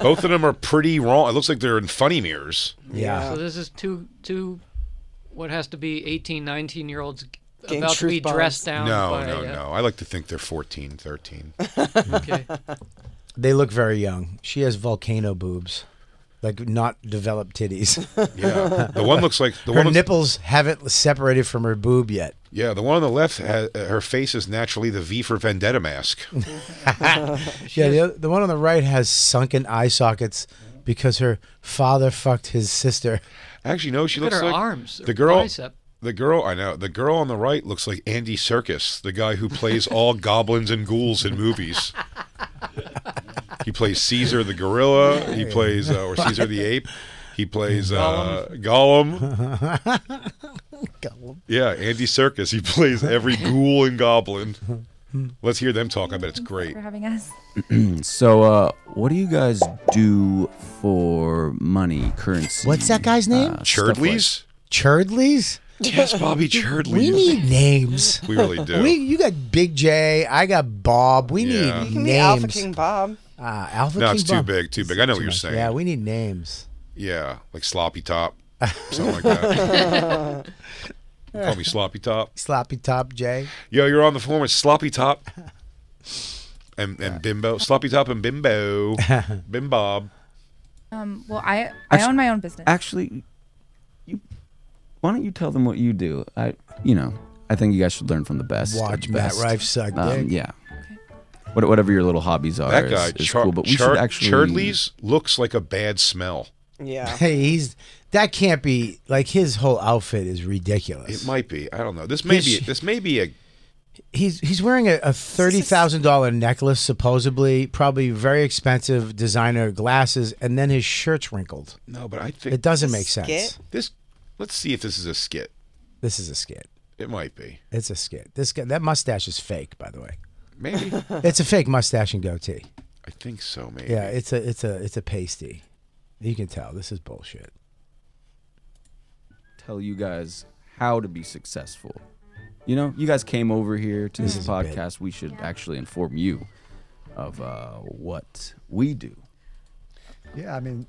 Speaker 4: Both of them are pretty wrong. It looks like they're in funny mirrors.
Speaker 9: So this is two two, what has to be 18, 19 year olds
Speaker 8: Getting
Speaker 9: about to
Speaker 8: truth
Speaker 9: be
Speaker 8: bombs.
Speaker 9: dressed down.
Speaker 4: no,
Speaker 9: by,
Speaker 4: no,
Speaker 9: uh,
Speaker 4: no. I like to think they're 14, 13.
Speaker 9: Okay.
Speaker 3: They look very young. She has volcano boobs, like not developed titties.
Speaker 4: [laughs] Yeah. [laughs] The one looks like- the
Speaker 3: her
Speaker 4: one looks-
Speaker 3: nipples haven't separated from her boob yet.
Speaker 4: Yeah, the one on the left, ha- uh, her face is naturally the V for Vendetta [laughs] mask.
Speaker 3: yeah, the, oth- the one on the right has sunken eye sockets because her father fucked his sister.
Speaker 4: Actually, no, she
Speaker 9: Look
Speaker 4: looks
Speaker 9: at her
Speaker 4: like
Speaker 9: arms,
Speaker 4: the
Speaker 9: her
Speaker 4: girl.
Speaker 9: bicep.
Speaker 4: The girl I know. The girl on the right looks like Andy Circus, the guy who plays all goblins and ghouls in movies. He plays Caesar the gorilla. He plays uh, or Caesar the ape. He plays uh, Gollum.
Speaker 3: Goblin.
Speaker 4: Yeah, Andy Circus. He plays every ghoul and goblin. Let's hear them talk. I bet it's great.
Speaker 16: for having us.
Speaker 17: so, uh, what do you guys do for money, currency?
Speaker 3: What's that
Speaker 4: Uh,
Speaker 3: guy's name?
Speaker 17: stuff like-
Speaker 4: Churdleys?
Speaker 3: Churdleys?
Speaker 4: Yes, Bobby Churdleys.
Speaker 3: We need names.
Speaker 4: We really do.
Speaker 3: We, you got Big J. I got Bob. We
Speaker 4: Yeah.
Speaker 3: need
Speaker 4: You can
Speaker 3: names.
Speaker 4: be
Speaker 8: Alpha King Bob.
Speaker 3: Ah, Alpha
Speaker 4: No,
Speaker 3: King
Speaker 4: it's too
Speaker 3: Bob.
Speaker 4: big. Too big. I know what you're saying.
Speaker 3: Yeah, we need names.
Speaker 4: Yeah, like sloppy
Speaker 17: [laughs]
Speaker 4: top, something like that. Call me sloppy top.
Speaker 3: Sloppy Top J.
Speaker 4: Yo, you're on the phone with sloppy top and and bimbo, sloppy top and
Speaker 17: [laughs]
Speaker 4: bimbo, bimbob.
Speaker 16: Um, well, I I
Speaker 17: Actu-
Speaker 16: own my own business.
Speaker 17: Actually, you. Why don't you tell them what you do? I, you know, I think you guys should learn from the best. of
Speaker 3: Watch
Speaker 17: the
Speaker 3: Matt
Speaker 17: best. Um,
Speaker 3: Rife suck dick.
Speaker 17: Yeah. What, whatever your little hobbies are,
Speaker 4: That
Speaker 17: is-
Speaker 4: guy,
Speaker 17: is
Speaker 4: Char-
Speaker 17: Oh, cool. But we
Speaker 4: Char-
Speaker 17: should actually.
Speaker 4: Churdleys looks like a bad smell. [laughs]
Speaker 8: Yeah.
Speaker 3: Hey, he's that can't be like his whole outfit is ridiculous.
Speaker 4: It might be. I don't know. This may be. This may be a.
Speaker 3: He's he's wearing a, a thirty thousand dollar necklace, supposedly, probably very expensive designer glasses, and then his shirt's wrinkled.
Speaker 4: No, but I think
Speaker 3: it doesn't make sense.
Speaker 4: This. Let's see if this is a skit.
Speaker 3: This is a skit.
Speaker 4: It might be.
Speaker 3: It's a skit. This guy, that mustache is fake, by the way. [laughs]
Speaker 17: [laughs]
Speaker 4: Maybe.
Speaker 3: It's a fake mustache and goatee.
Speaker 4: I think so. Maybe.
Speaker 3: Yeah, it's a it's a it's a pasty. You can tell this is bullshit.
Speaker 17: tell you guys how to be successful. You know, you guys came over here to this, podcast. We should actually inform you of uh, what we do.
Speaker 18: Yeah, I mean,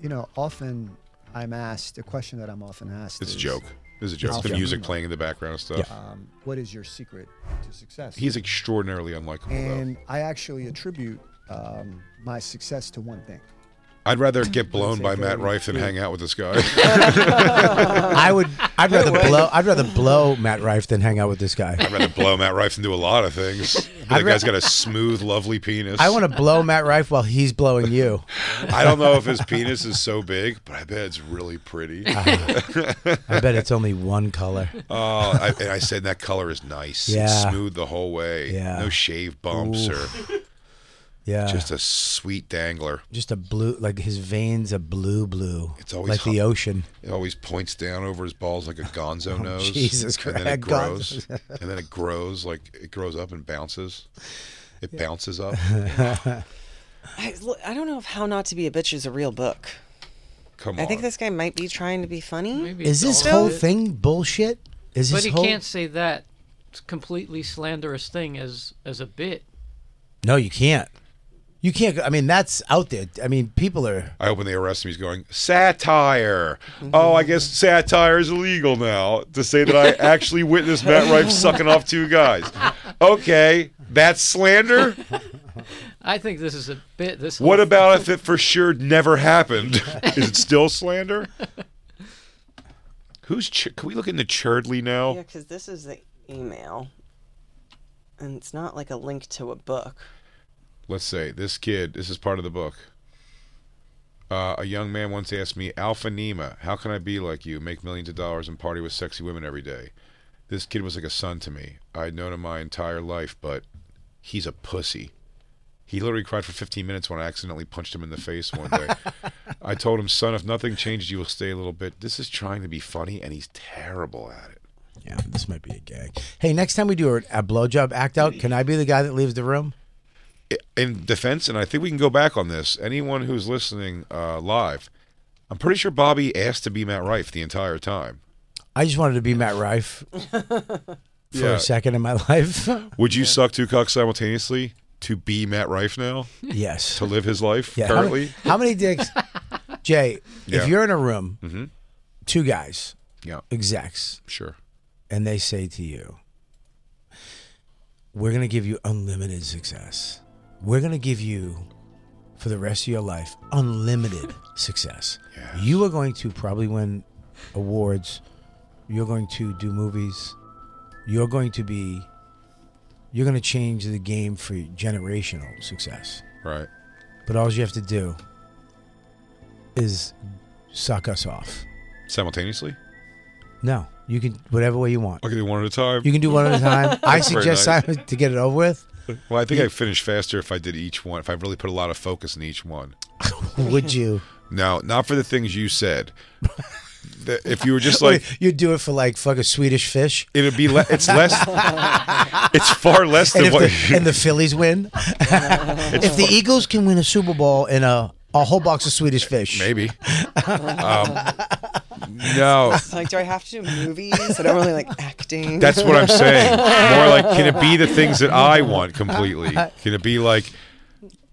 Speaker 18: you know, often I'm asked a question that I'm often asked.
Speaker 4: It's a
Speaker 18: is,
Speaker 4: joke. It's a joke.
Speaker 18: Alpha
Speaker 4: The music
Speaker 18: Email,
Speaker 4: playing in the background and stuff.
Speaker 18: Um, what is your secret to success?
Speaker 4: He's extraordinarily unlikable. though.
Speaker 18: and I actually attribute um, my success to one thing.
Speaker 4: I'd
Speaker 18: [laughs]
Speaker 4: rather get blown by Matt Rife than hang out with this guy. I
Speaker 3: I would I'd rather blow I'd rather blow Matt Rife than hang out with this guy.
Speaker 4: I'd rather blow Matt Rife and do a lot of
Speaker 18: [laughs]
Speaker 4: things. That
Speaker 3: ra-
Speaker 4: guy's got a smooth, lovely penis.
Speaker 3: I want to blow Matt Rife while he's blowing you.
Speaker 4: I don't know if his penis is so big, but I bet it's really pretty.
Speaker 3: [laughs] Uh-huh. I bet it's only one color.
Speaker 4: Oh, I, and I said that color is nice. It's
Speaker 3: Yeah.
Speaker 4: smooth the whole way.
Speaker 3: Yeah.
Speaker 4: No shave bumps
Speaker 3: Oof. Uh.
Speaker 4: or
Speaker 3: Yeah.
Speaker 4: just a sweet dangler.
Speaker 3: Just a blue, like his veins a blue, blue. It's
Speaker 4: always
Speaker 3: like the
Speaker 4: hot.
Speaker 3: ocean.
Speaker 4: It always points down over his balls like a gonzo
Speaker 3: [laughs] Oh,
Speaker 4: nose.
Speaker 3: Jesus
Speaker 4: And then it
Speaker 3: Christ, gonzo. [laughs]
Speaker 4: grows. and then it grows like it grows up and bounces. It bounces
Speaker 3: [laughs]
Speaker 4: up.
Speaker 8: I, look, I don't know if How Not to Be a Bitch is a real book.
Speaker 4: Come
Speaker 8: I think this guy might be trying to be funny.
Speaker 3: Is this whole thing bullshit? Is
Speaker 9: but
Speaker 3: this
Speaker 9: he
Speaker 3: whole?
Speaker 9: can't say that completely slanderous thing as as a bit.
Speaker 3: No, you can't. You can't. go- I mean, that's out there. I mean, people are.
Speaker 4: I hope when they arrest him, he's going satire.
Speaker 8: Mm-hmm.
Speaker 4: Oh, I guess satire is illegal now to say that
Speaker 8: [laughs]
Speaker 4: I actually witnessed Matt Rife sucking off two guys. Okay, that's slander.
Speaker 9: I think this is a bit. This
Speaker 4: What
Speaker 9: whole-
Speaker 4: about if it for sure never happened? [laughs] Is it
Speaker 8: [laughs]
Speaker 4: still slander? Who's Ch- can we look into Churdley
Speaker 8: Yeah,
Speaker 4: now?
Speaker 8: because this is the email, and it's not like a link to a book.
Speaker 4: Let's say this kid. This is part of the book. Uh, a young man once asked me, Alpha Nema, how can I be like you, make millions of dollars, and party with sexy women every day? This kid was like a son to me. I'd known him my entire life, but he's a pussy. He literally cried for 15 minutes when I accidentally punched him in the face one day. I told him, son, if nothing changes, you will stay a little bit. This is trying to be funny, and he's terrible at it.
Speaker 3: Yeah, this might be a gag. Hey, next time we do a, a blowjob act out, can I be the guy that leaves the room?
Speaker 4: in defense, and I think we can go back on this. Anyone who's listening uh, live, I'm pretty sure Bobby asked to be Matt Rife the entire time.
Speaker 3: I just wanted to be Matt Rife for
Speaker 4: Yeah.
Speaker 3: a second in my [laughs]
Speaker 4: [laughs]
Speaker 3: life.
Speaker 4: Would you suck two cocks simultaneously to be Matt Rife now?
Speaker 3: Yes.
Speaker 4: To live his life
Speaker 3: [laughs] Yeah, how many-
Speaker 4: currently?
Speaker 3: How
Speaker 4: [laughs]
Speaker 3: many, dicks, Jay?
Speaker 4: Yeah.
Speaker 3: If you're in a room,
Speaker 4: Mhm.
Speaker 3: two guys,
Speaker 4: Yeah.
Speaker 3: execs,
Speaker 4: sure,
Speaker 3: and they say to you, "We're gonna give you unlimited success. We're gonna give you, for the rest of your life, unlimited success. You are going to probably win awards. You're going to do movies. You're going to be." You're going to change the game for generational success.
Speaker 4: Right.
Speaker 3: But all you have to do is suck us off.
Speaker 4: Simultaneously?
Speaker 3: No, you can whatever way you want.
Speaker 4: I can do one at a time.
Speaker 3: You can do one at
Speaker 4: [laughs]
Speaker 3: a time. I
Speaker 4: That's very
Speaker 3: suggest
Speaker 4: nice.
Speaker 3: Simon to get it over
Speaker 4: [laughs]
Speaker 3: with.
Speaker 4: Well, I think
Speaker 3: You-
Speaker 4: I'd finish faster if I did each one, if I really put a lot of focus in each one.
Speaker 3: Would you? [laughs]
Speaker 4: No, not for the things you said. the, if you were just like
Speaker 3: you do it for like fucking Swedish fish.
Speaker 4: It would be le- it's
Speaker 3: [laughs]
Speaker 4: less. it's far less
Speaker 3: And
Speaker 4: than
Speaker 3: if
Speaker 4: what.
Speaker 3: the, and the
Speaker 4: [laughs]
Speaker 3: Phillies win. if the Eagles can win a Super Bowl in a a whole box of Swedish fish,
Speaker 4: maybe. um, no,
Speaker 8: Like, do I have to do movies? I don't really like acting.
Speaker 4: that's what I'm saying. More like, can it be the things that I want completely? Can it be like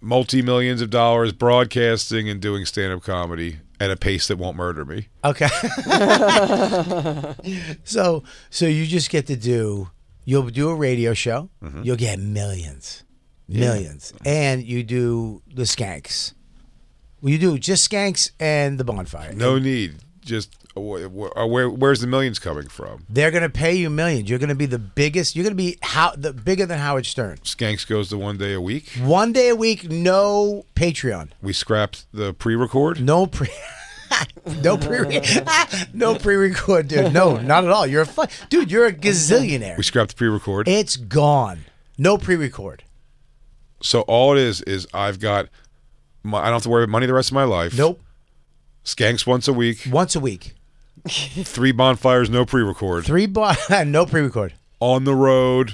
Speaker 4: multi millions of dollars broadcasting and doing stand up comedy at a pace that won't murder me?
Speaker 3: Okay. [laughs] so so you just get to do you'll do a radio show.
Speaker 4: Mhm.
Speaker 3: You'll get millions,
Speaker 4: Yeah. Mm-hmm.
Speaker 3: millions, and you do the Skanks. Well, you do just Skanks and the Bonfire.
Speaker 4: No need. Just uh, wh- wh- where where's the millions coming from?
Speaker 3: They're gonna pay you millions. You're gonna be the biggest. You're gonna be how the bigger than Howard Stern.
Speaker 4: Skanks goes to one day a week.
Speaker 3: One day a week, no Patreon,
Speaker 4: We scrapped the pre-record.
Speaker 3: No pre. [laughs] no pre, [laughs] no pre-record, dude. No, not at all. You're a fu- dude. You're a gazillionaire.
Speaker 4: We scrapped the pre-record.
Speaker 3: It's gone. No pre-record.
Speaker 4: So all it is is I've got. My, I don't have to worry about money the rest of my life.
Speaker 3: Nope.
Speaker 4: Skanks once a week.
Speaker 3: Once a week.
Speaker 4: Three bonfires, no pre-record.
Speaker 3: Three bar, [laughs] no pre-record.
Speaker 4: On the road,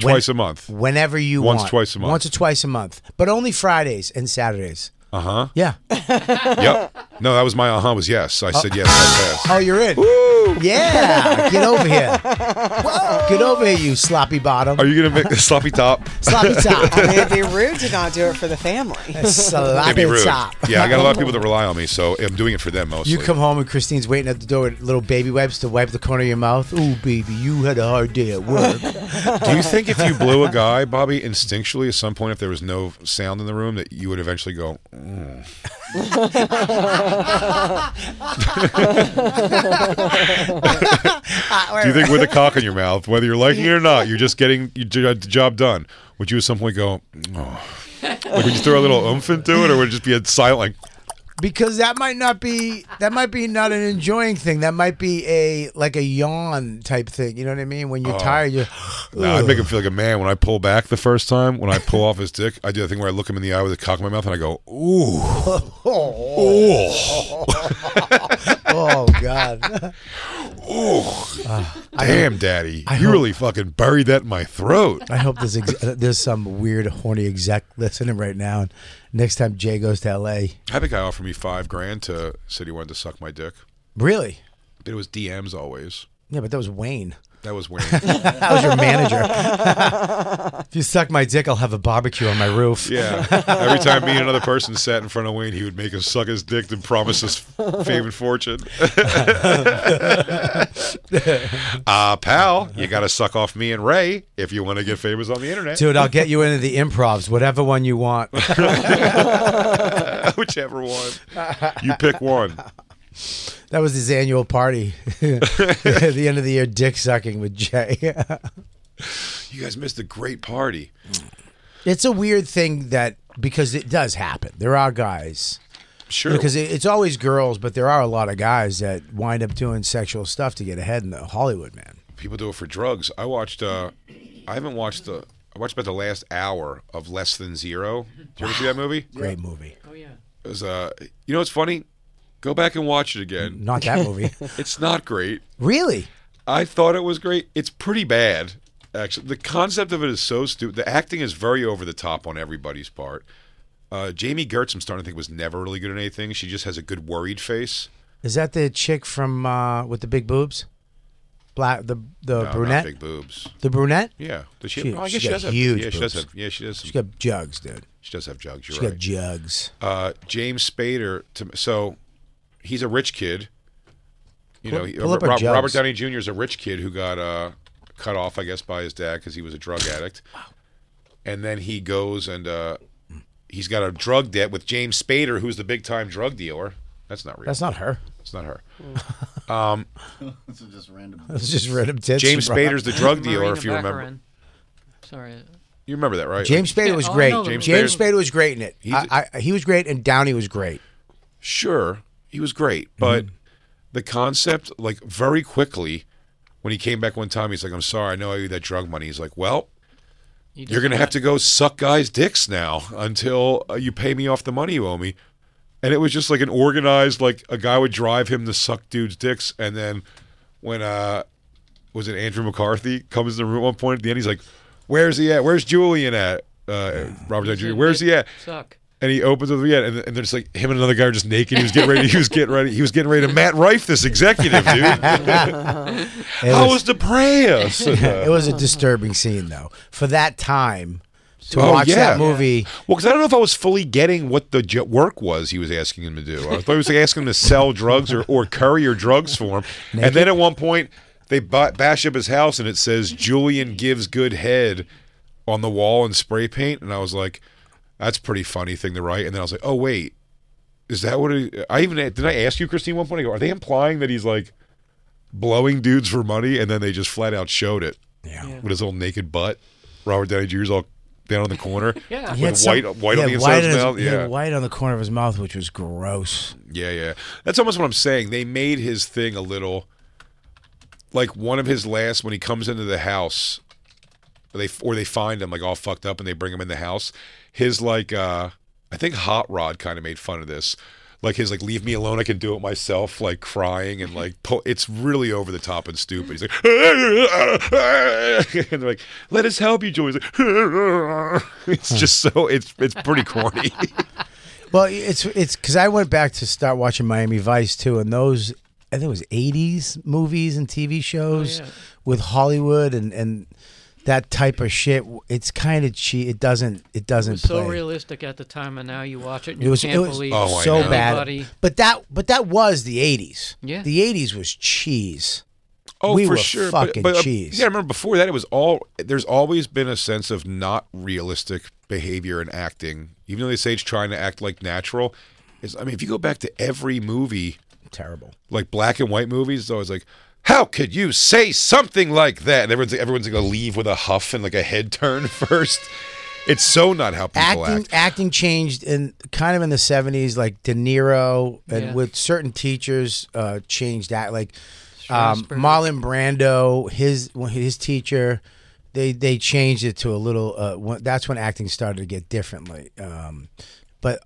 Speaker 3: When-
Speaker 4: twice a month.
Speaker 3: Whenever you
Speaker 4: once,
Speaker 3: want.
Speaker 4: twice a month.
Speaker 3: Once or twice a month, but only Fridays and Saturdays.
Speaker 4: Uh huh.
Speaker 3: Yeah. [laughs]
Speaker 4: yep. No, that was my uh huh. Was yes. I said yes. I passed.
Speaker 3: Oh, you're in. Yeah, get over
Speaker 4: [laughs]
Speaker 3: here. Get over here, you sloppy bottom.
Speaker 4: Are you gonna make the sloppy top? [laughs]
Speaker 3: Sloppy top.
Speaker 8: I mean, it'd be rude to not do it for the family.
Speaker 4: It'd be rude. Yeah, I got a lot of people that rely on me, so I'm doing it for them mostly.
Speaker 3: [laughs] You come home and Christine's waiting at the door with little baby wipes to wipe the corner of your mouth. Ooh, baby, you had a hard day at
Speaker 4: [laughs]
Speaker 3: work.
Speaker 4: Do you think if you blew a guy, Bobby, instinctually at some point, if there was no sound in the room, that you would eventually go, "Mm." [laughs] Do you think with a cock in your mouth, whether you're liking it or not, you're just getting you j- uh, the job done? Would you at some point go, oh. like, would you throw a little oomph into it, or would it just be a silent, like,
Speaker 3: because that might not be that might be not an enjoying thing. That might be a like a yawn type thing. You know what I mean? When you're
Speaker 4: Oh.
Speaker 3: tired, you.
Speaker 4: nah, I make him feel like a man. When I pull back the first time, when I pull off his dick, I do the thing where I look him in the eye with a cock in my mouth and I go, ooh.
Speaker 3: Oh. oh God.
Speaker 4: Ooh.
Speaker 3: I
Speaker 4: Damn,
Speaker 3: hope-
Speaker 4: Daddy.
Speaker 3: I
Speaker 4: you
Speaker 3: hope-
Speaker 4: really fucking buried that in my [laughs] throat.
Speaker 3: [laughs] I hope there's ex- uh, there's some weird horny exec listening right now. And next time Jay goes to L.A.,
Speaker 4: I think I offered me five grand to said he wanted to suck my dick.
Speaker 3: really?
Speaker 4: But it was DMs always.
Speaker 3: Yeah, but that was Wayne.
Speaker 4: That was [laughs] Wayne.
Speaker 3: that was your manager. [laughs] if you suck my dick, I'll have a barbecue on my roof.
Speaker 4: Yeah. Every time me and another person sat in front of Wayne, he would make us suck his dick and promise us fame and [laughs] fortune. uh, pal, you got to suck off me and Ray if you want to get famous on the internet.
Speaker 3: Dude, I'll get you into the improvs, whatever one you want.
Speaker 4: [laughs] Whichever one. You pick one.
Speaker 3: That was his annual party. [laughs] the end of the year dick sucking with Jay.
Speaker 4: [laughs]
Speaker 3: [laughs]
Speaker 4: You guys missed a great party.
Speaker 3: it's a weird thing that because it does happen. There are guys.
Speaker 4: Sure.
Speaker 3: Because it, it's always girls, but there are a lot of guys that wind up doing sexual stuff to get ahead in the Hollywood, man.
Speaker 4: people do it for drugs. I watched. Uh, I haven't watched the. I watched about the last hour of Less Than Zero. Did you ever see that movie?
Speaker 3: Great movie.
Speaker 4: It was, uh, you know what's funny? Go back and watch it
Speaker 3: [laughs]
Speaker 4: again.
Speaker 3: Not
Speaker 4: [laughs]
Speaker 3: that movie.
Speaker 4: it's not great.
Speaker 3: Really?
Speaker 4: I thought it was great. It's pretty bad. Actually, the concept of it is so stupid. The acting is very over the top on everybody's part. Uh, Jamie Gertz, I'm starting to think, was never really good at anything. She just has a good worried face.
Speaker 3: Is that the chick from uh, with the big boobs? Black the the
Speaker 4: No, Uh, not
Speaker 3: brunette.
Speaker 4: big boobs.
Speaker 3: The brunette.
Speaker 4: Yeah. Does she?
Speaker 3: She-
Speaker 4: have, oh, I
Speaker 3: she
Speaker 4: guess she
Speaker 3: got
Speaker 4: does have
Speaker 3: huge
Speaker 4: Yeah, she
Speaker 3: boobs.
Speaker 4: does have. Yeah, she does.
Speaker 3: She's
Speaker 4: some-
Speaker 3: got jugs, dude.
Speaker 4: She does have jugs. You're
Speaker 3: She's
Speaker 4: right.
Speaker 3: got jugs.
Speaker 4: uh, James Spader. To, so he's a rich kid. You know,
Speaker 3: Pull-
Speaker 4: he,
Speaker 3: pull up
Speaker 4: Rob,
Speaker 3: our jugs.
Speaker 4: Robert Downey Jr. is a rich kid who got uh, cut off, I guess, by his dad because he was a drug addict. And then he goes and uh, he's got a drug debt with James Spader, who's the big time drug dealer. That's not real.
Speaker 3: That's not her. [laughs]
Speaker 4: It's not her. um,
Speaker 5: this is just random.
Speaker 3: That's just random tits.
Speaker 4: James
Speaker 3: she brought up.
Speaker 4: Spader's the drug dealer,
Speaker 9: [laughs] Marina
Speaker 4: if you remember.
Speaker 9: Baccarin. Sorry.
Speaker 4: You remember that, right?
Speaker 3: James Spader was great. James,
Speaker 4: James Spader-
Speaker 3: Spader was great in it. I, I, he was great, and Downey was great.
Speaker 4: sure he was great but the concept like very quickly when he came back one time he's like i'm sorry i know i owe you that drug money he's like well
Speaker 9: You
Speaker 4: you're gonna have to go suck guys dicks now until uh, you pay me off the money you owe me and it was just like an organized like a guy would drive him to suck dudes' dicks, and then when uh was it Andrew McCarthy comes in the room at one point at the end, he's like, "Where's he at? Where's Julian at? Uh, Robert Downey Jr. Where's he at?"
Speaker 9: Suck.
Speaker 4: And he opens with yeah, and, and there's like him and another guy are just naked. He was getting ready. He was getting ready. He was getting ready to Matt Rife this executive dude. How was, the prayers?
Speaker 3: it was a disturbing scene though for that time to
Speaker 4: Oh,
Speaker 3: watch
Speaker 4: yeah.
Speaker 3: that movie.
Speaker 4: Well, because I don't know if I was fully getting what the jo- work was he was asking him to do. I thought he was like, asking him to sell drugs or, or courier drugs for him. And then at one point, they ba- bash up his house and it says, Julian gives good head on the wall in spray paint. And I was like, that's a pretty funny thing to write. And then I was like, oh, wait, is that what it, I even did I ask you, Christine, one point? I go, are they implying that he's like blowing dudes for money? And then they just flat out showed it. Yeah. With his little naked butt. Robert Downey Jr.'s all down in the corner.
Speaker 3: Yeah.
Speaker 4: With white, white on the inside of his mouth.
Speaker 3: he had
Speaker 4: Yeah.
Speaker 3: white on the corner of his mouth, which was gross.
Speaker 4: Yeah, yeah. That's almost what I'm saying. They made his thing a little like one of his last when he comes into the house. They or they find him like all fucked up and they bring him in the house. His like uh I think Hot Rod kind of made fun of this. Like his like leave me alone, I can do it myself, like crying and like po- it's really over the top and stupid. He's like [laughs] and they're like, let us help you, Joey. He's like, [laughs] it's just so it's it's pretty corny. [laughs]
Speaker 3: Well, it's it's because I went back to start watching Miami Vice too, and those I think it was '80s movies and TV
Speaker 9: Oh,
Speaker 3: shows with Hollywood and and that type of shit. It's kind of cheap. It doesn't it doesn't
Speaker 9: It was so
Speaker 3: play.
Speaker 9: realistic at the time, and now you watch it and
Speaker 3: It was,
Speaker 9: you
Speaker 3: it
Speaker 9: can't
Speaker 3: was
Speaker 9: believe
Speaker 4: Oh,
Speaker 3: so
Speaker 9: anybody.
Speaker 3: bad, but that but that was the '80s.
Speaker 9: Yeah.
Speaker 3: the '80s was cheese.
Speaker 4: Oh,
Speaker 3: we
Speaker 4: for
Speaker 3: were
Speaker 4: sure. but-
Speaker 3: fucking
Speaker 4: but, uh,
Speaker 3: cheese.
Speaker 4: Yeah, I remember before that it was all. There's always been a sense of not realistic behavior in acting, even though they say it's trying to act like natural. Is I mean, if you go back to every movie,
Speaker 3: terrible,
Speaker 4: like black and white movies, it's always like. How could you say something like that? And everyone's everyone's gonna leave with a huff and like a head turn [laughs] first. It's so not how people
Speaker 3: acting
Speaker 4: act.
Speaker 3: acting changed in kind of in the 70s like de niro and
Speaker 4: Yeah.
Speaker 3: with certain teachers uh changed that like um,
Speaker 9: Strasberg.
Speaker 3: marlon brando his when his teacher they they changed it to a little uh when, that's when acting started to get differently um but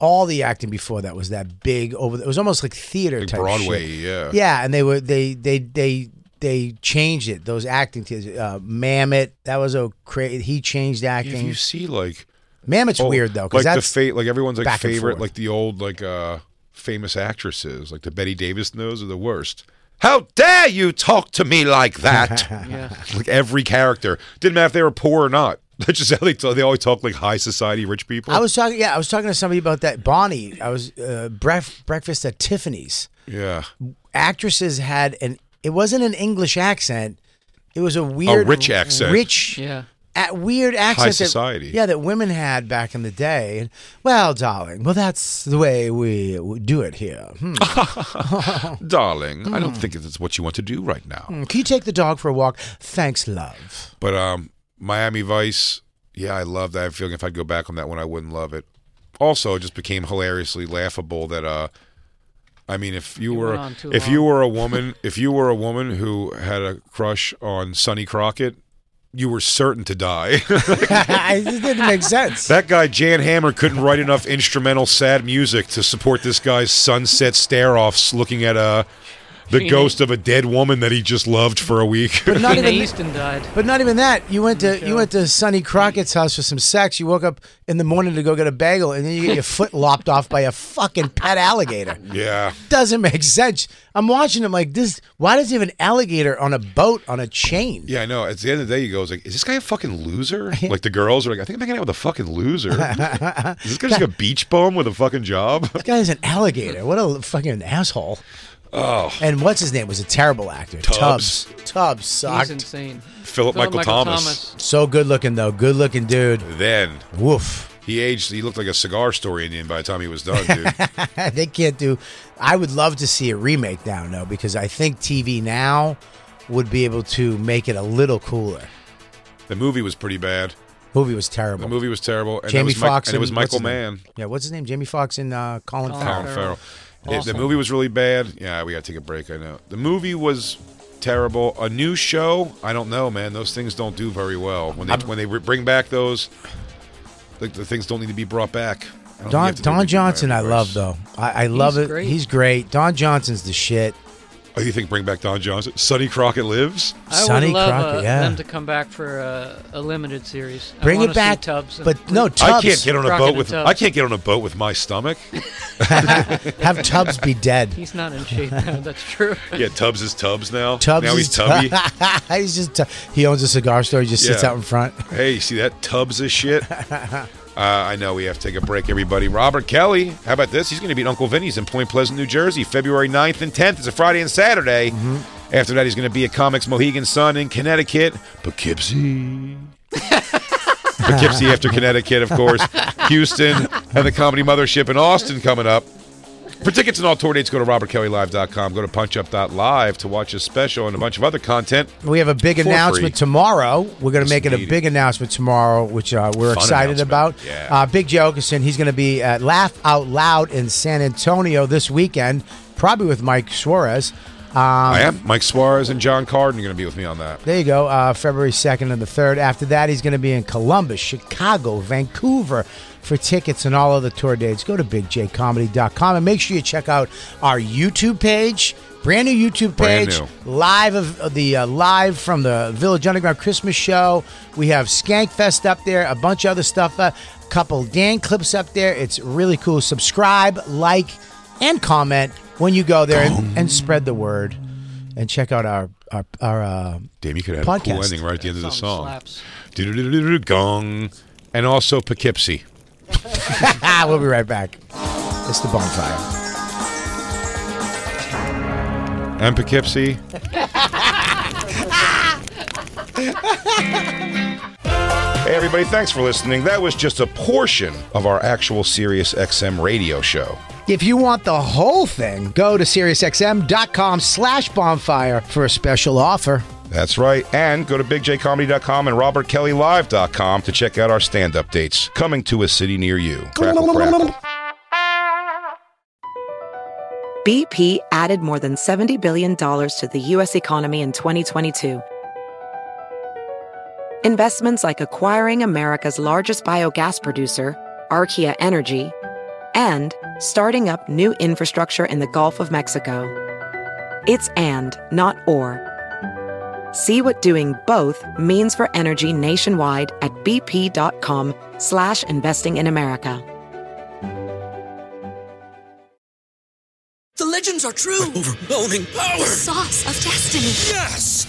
Speaker 3: all the acting before that was that big over it was almost like theater
Speaker 4: Like
Speaker 3: type
Speaker 4: Broadway,
Speaker 3: shit.
Speaker 4: yeah.
Speaker 3: yeah and they were they they they they changed it those acting teachers uh mammoth that was a crazy he changed acting
Speaker 4: If you see like
Speaker 3: Mammoth's weird, though, 'cause
Speaker 4: Oh, like
Speaker 3: that's
Speaker 4: the fa- like everyone's like
Speaker 3: back and
Speaker 4: favorite,
Speaker 3: forth.
Speaker 4: like the old like uh famous actresses, like the Betty Davis knows are the worst. How dare you talk to me like
Speaker 3: [laughs]
Speaker 4: that?
Speaker 9: Yeah.
Speaker 4: Like every character didn't matter if they were poor or not. [laughs] That's just how they talk. They always talk like high society rich people.
Speaker 3: I was talking. Yeah, I was talking to somebody about that. Bonnie. I was uh, bref- breakfast at Tiffany's.
Speaker 4: yeah,
Speaker 3: Actresses had an. It wasn't an English accent. It was a weird,
Speaker 4: rich accent.
Speaker 3: Rich,
Speaker 9: yeah,
Speaker 3: at weird accent. that-
Speaker 4: society.
Speaker 3: yeah, that women had back in the day. And, well, darling. Well, that's the way we do it here. Hmm. Oh.
Speaker 4: darling. I don't think it's what you want to do right now.
Speaker 3: Hmm, Can you take the dog for a walk? Thanks, love. [laughs]
Speaker 4: But um, Miami Vice, yeah, I love that. I feel like if I'd go back on that one, I wouldn't love it. Also, it just became hilariously laughable that uh, I mean, if you were
Speaker 9: went on too
Speaker 4: if
Speaker 9: long.
Speaker 4: you were a woman, [laughs] if you were a woman who had a crush on Sonny Crockett, you were certain to die. [laughs]
Speaker 3: it just didn't make sense.
Speaker 4: that guy Jan Hammer couldn't write enough instrumental sad music to support this guy's sunset stare-offs, looking at uh, the ghost of a dead woman that he just loved for a week. [laughs]
Speaker 3: But not
Speaker 9: Whitney
Speaker 3: even-
Speaker 9: Houston died.
Speaker 3: But not even that. You went to you went to Sonny Crockett's house for some sex. You woke up in the morning to go get a bagel, and then you get your foot lopped off by a fucking pet alligator.
Speaker 4: yeah.
Speaker 3: Doesn't make sense. I'm watching him like this. Why does he have an alligator on a boat on a chain?
Speaker 4: Yeah, I know. At the end of the day, you go, it's like, is this guy a fucking loser?
Speaker 3: [laughs]
Speaker 4: like the girls are like, I think I'm hanging out with a fucking loser. is this guy just like a beach bum with a fucking
Speaker 3: [laughs]
Speaker 4: job?
Speaker 3: This guy's an alligator. What a fucking asshole.
Speaker 4: Oh,
Speaker 3: And what's his name was a terrible actor.
Speaker 4: Tubbs.
Speaker 3: Tubbs. Tubbs
Speaker 9: He's
Speaker 3: sucked.
Speaker 9: insane.
Speaker 4: Philip Michael, Thomas.
Speaker 3: So good looking though. Good looking dude.
Speaker 4: Then
Speaker 3: Woof.
Speaker 4: he aged. He looked like a cigar store Indian by the time he was done,
Speaker 3: [laughs]
Speaker 4: dude.
Speaker 3: they can't do. I would love to see a remake now, though, because I think TV now would be able to make it a little cooler.
Speaker 4: the movie was pretty bad.
Speaker 3: Movie was
Speaker 4: The
Speaker 3: terrible.
Speaker 4: movie was terrible. And
Speaker 3: Jamie
Speaker 4: it was Mi-
Speaker 3: Foxx
Speaker 4: and it was
Speaker 3: what's
Speaker 4: Michael
Speaker 3: his name?
Speaker 4: Mann.
Speaker 3: Yeah, what's his name? Jamie Foxx and uh, Colin,
Speaker 4: Colin
Speaker 3: Farrell.
Speaker 4: Farrell. The-
Speaker 3: Awesome.
Speaker 4: The movie was really bad. Yeah, we got to take a break. I know. The movie was terrible. A new show? I don't know, man. Those things don't do very well when they when they re- bring back those. Like the things don't need to be brought back. don't
Speaker 3: Don
Speaker 4: get to do
Speaker 3: Don
Speaker 4: anything by
Speaker 3: Johnson, I
Speaker 4: voice.
Speaker 3: love though. I, I love
Speaker 4: He's
Speaker 3: it.
Speaker 4: great.
Speaker 3: He's great. Don Johnson's the shit.
Speaker 4: Oh, you think bring back Don Johnson? Sonny Crockett lives.
Speaker 9: I would
Speaker 3: Sonny
Speaker 9: love
Speaker 3: Crockett,
Speaker 9: uh,
Speaker 3: yeah.
Speaker 9: them to come back for uh, a limited series. I
Speaker 3: Bring it
Speaker 9: wanna see
Speaker 3: back,
Speaker 9: Tubbs and-
Speaker 3: but no,
Speaker 4: I
Speaker 3: Tubbs.
Speaker 4: can't get on a
Speaker 9: Crockett
Speaker 4: boat
Speaker 9: and
Speaker 4: with.
Speaker 9: Tubbs.
Speaker 4: I can't get on a boat with my stomach.
Speaker 3: Have Tubbs be dead.
Speaker 4: [laughs]
Speaker 3: [laughs]
Speaker 9: He's not in shape [laughs] now. That's true.
Speaker 4: Yeah, Tubbs is Tubbs now.
Speaker 3: Tubbs
Speaker 4: now
Speaker 3: is
Speaker 4: he's Tubby.
Speaker 3: he's just tu- he owns a cigar store. He just sits
Speaker 4: Yeah.
Speaker 3: out in front.
Speaker 4: hey, you see that Tubbs is shit. Uh, I know we have to take a break, everybody. Robert Kelly, how about this? He's going to be at Uncle Vinny's in Point Pleasant, New Jersey, February 9th and 10th. It's a Friday and Saturday. After that, he's going to be at Comics Mohegan Sun in Connecticut, Poughkeepsie. Poughkeepsie after Connecticut, of course. Houston and the Comedy Mothership in Austin coming up. For tickets and all tour dates, go to robertkellylive.com. Go to punchup.live to watch this special and a bunch of other content.
Speaker 3: We have a big
Speaker 4: For free.
Speaker 3: announcement tomorrow. We're going
Speaker 4: Yes,
Speaker 3: to make it a
Speaker 4: indeed.
Speaker 3: big announcement tomorrow, which uh, we're
Speaker 4: Fun
Speaker 3: excited about.
Speaker 4: announcement. Yeah.
Speaker 3: Uh, big Joe Okerson, he's going to be at Laugh Out Loud in San Antonio this weekend, probably with Mike Suarez. Um,
Speaker 4: I am. Mike Suarez and John Carden are going to be with me on that.
Speaker 3: There you go. Uh, February 2nd and the 3rd. After that, he's going to be in Columbus, Chicago, Vancouver. For tickets and all other tour dates, go to bigjcomedy.com and make sure you check out our YouTube page. Brand new YouTube
Speaker 4: Brand
Speaker 3: page,
Speaker 4: new.
Speaker 3: live of of the uh, live from the Village Underground Christmas show. We have Skankfest up there, a bunch of other stuff, a couple Dan clips up there. It's really cool. Subscribe, like, and comment when you go there and, and spread the word. And check out our our our uh,
Speaker 4: Damn, you could have a cool
Speaker 3: podcast.
Speaker 4: ending right at the end of the
Speaker 9: song
Speaker 4: song. Do-do-do-do-do-do, Gong. And also Poughkeepsie.
Speaker 3: Ah, we'll be right back. It's the bonfire.
Speaker 4: And Poughkeepsie. Hey, everybody, thanks for listening. That was just a portion of our actual Sirius XM radio show.
Speaker 3: If you want the whole thing, go to SiriusXM.com slash bonfire for a special offer.
Speaker 4: That's right. And go to bigjcomedy.com and robertkellylive.com to check out our stand up dates coming to a city near you. Crackle, crackle.
Speaker 19: BP added more than $70 billion to the U.S. economy in 2022. Investments like acquiring America's largest biogas producer, Archaea Energy, and starting up new infrastructure in the Gulf of Mexico. It's and, not or. See what doing both means for energy nationwide at bp.com slash investing in America.
Speaker 20: The legends are true. overwhelming power! The sauce of destiny. Yes!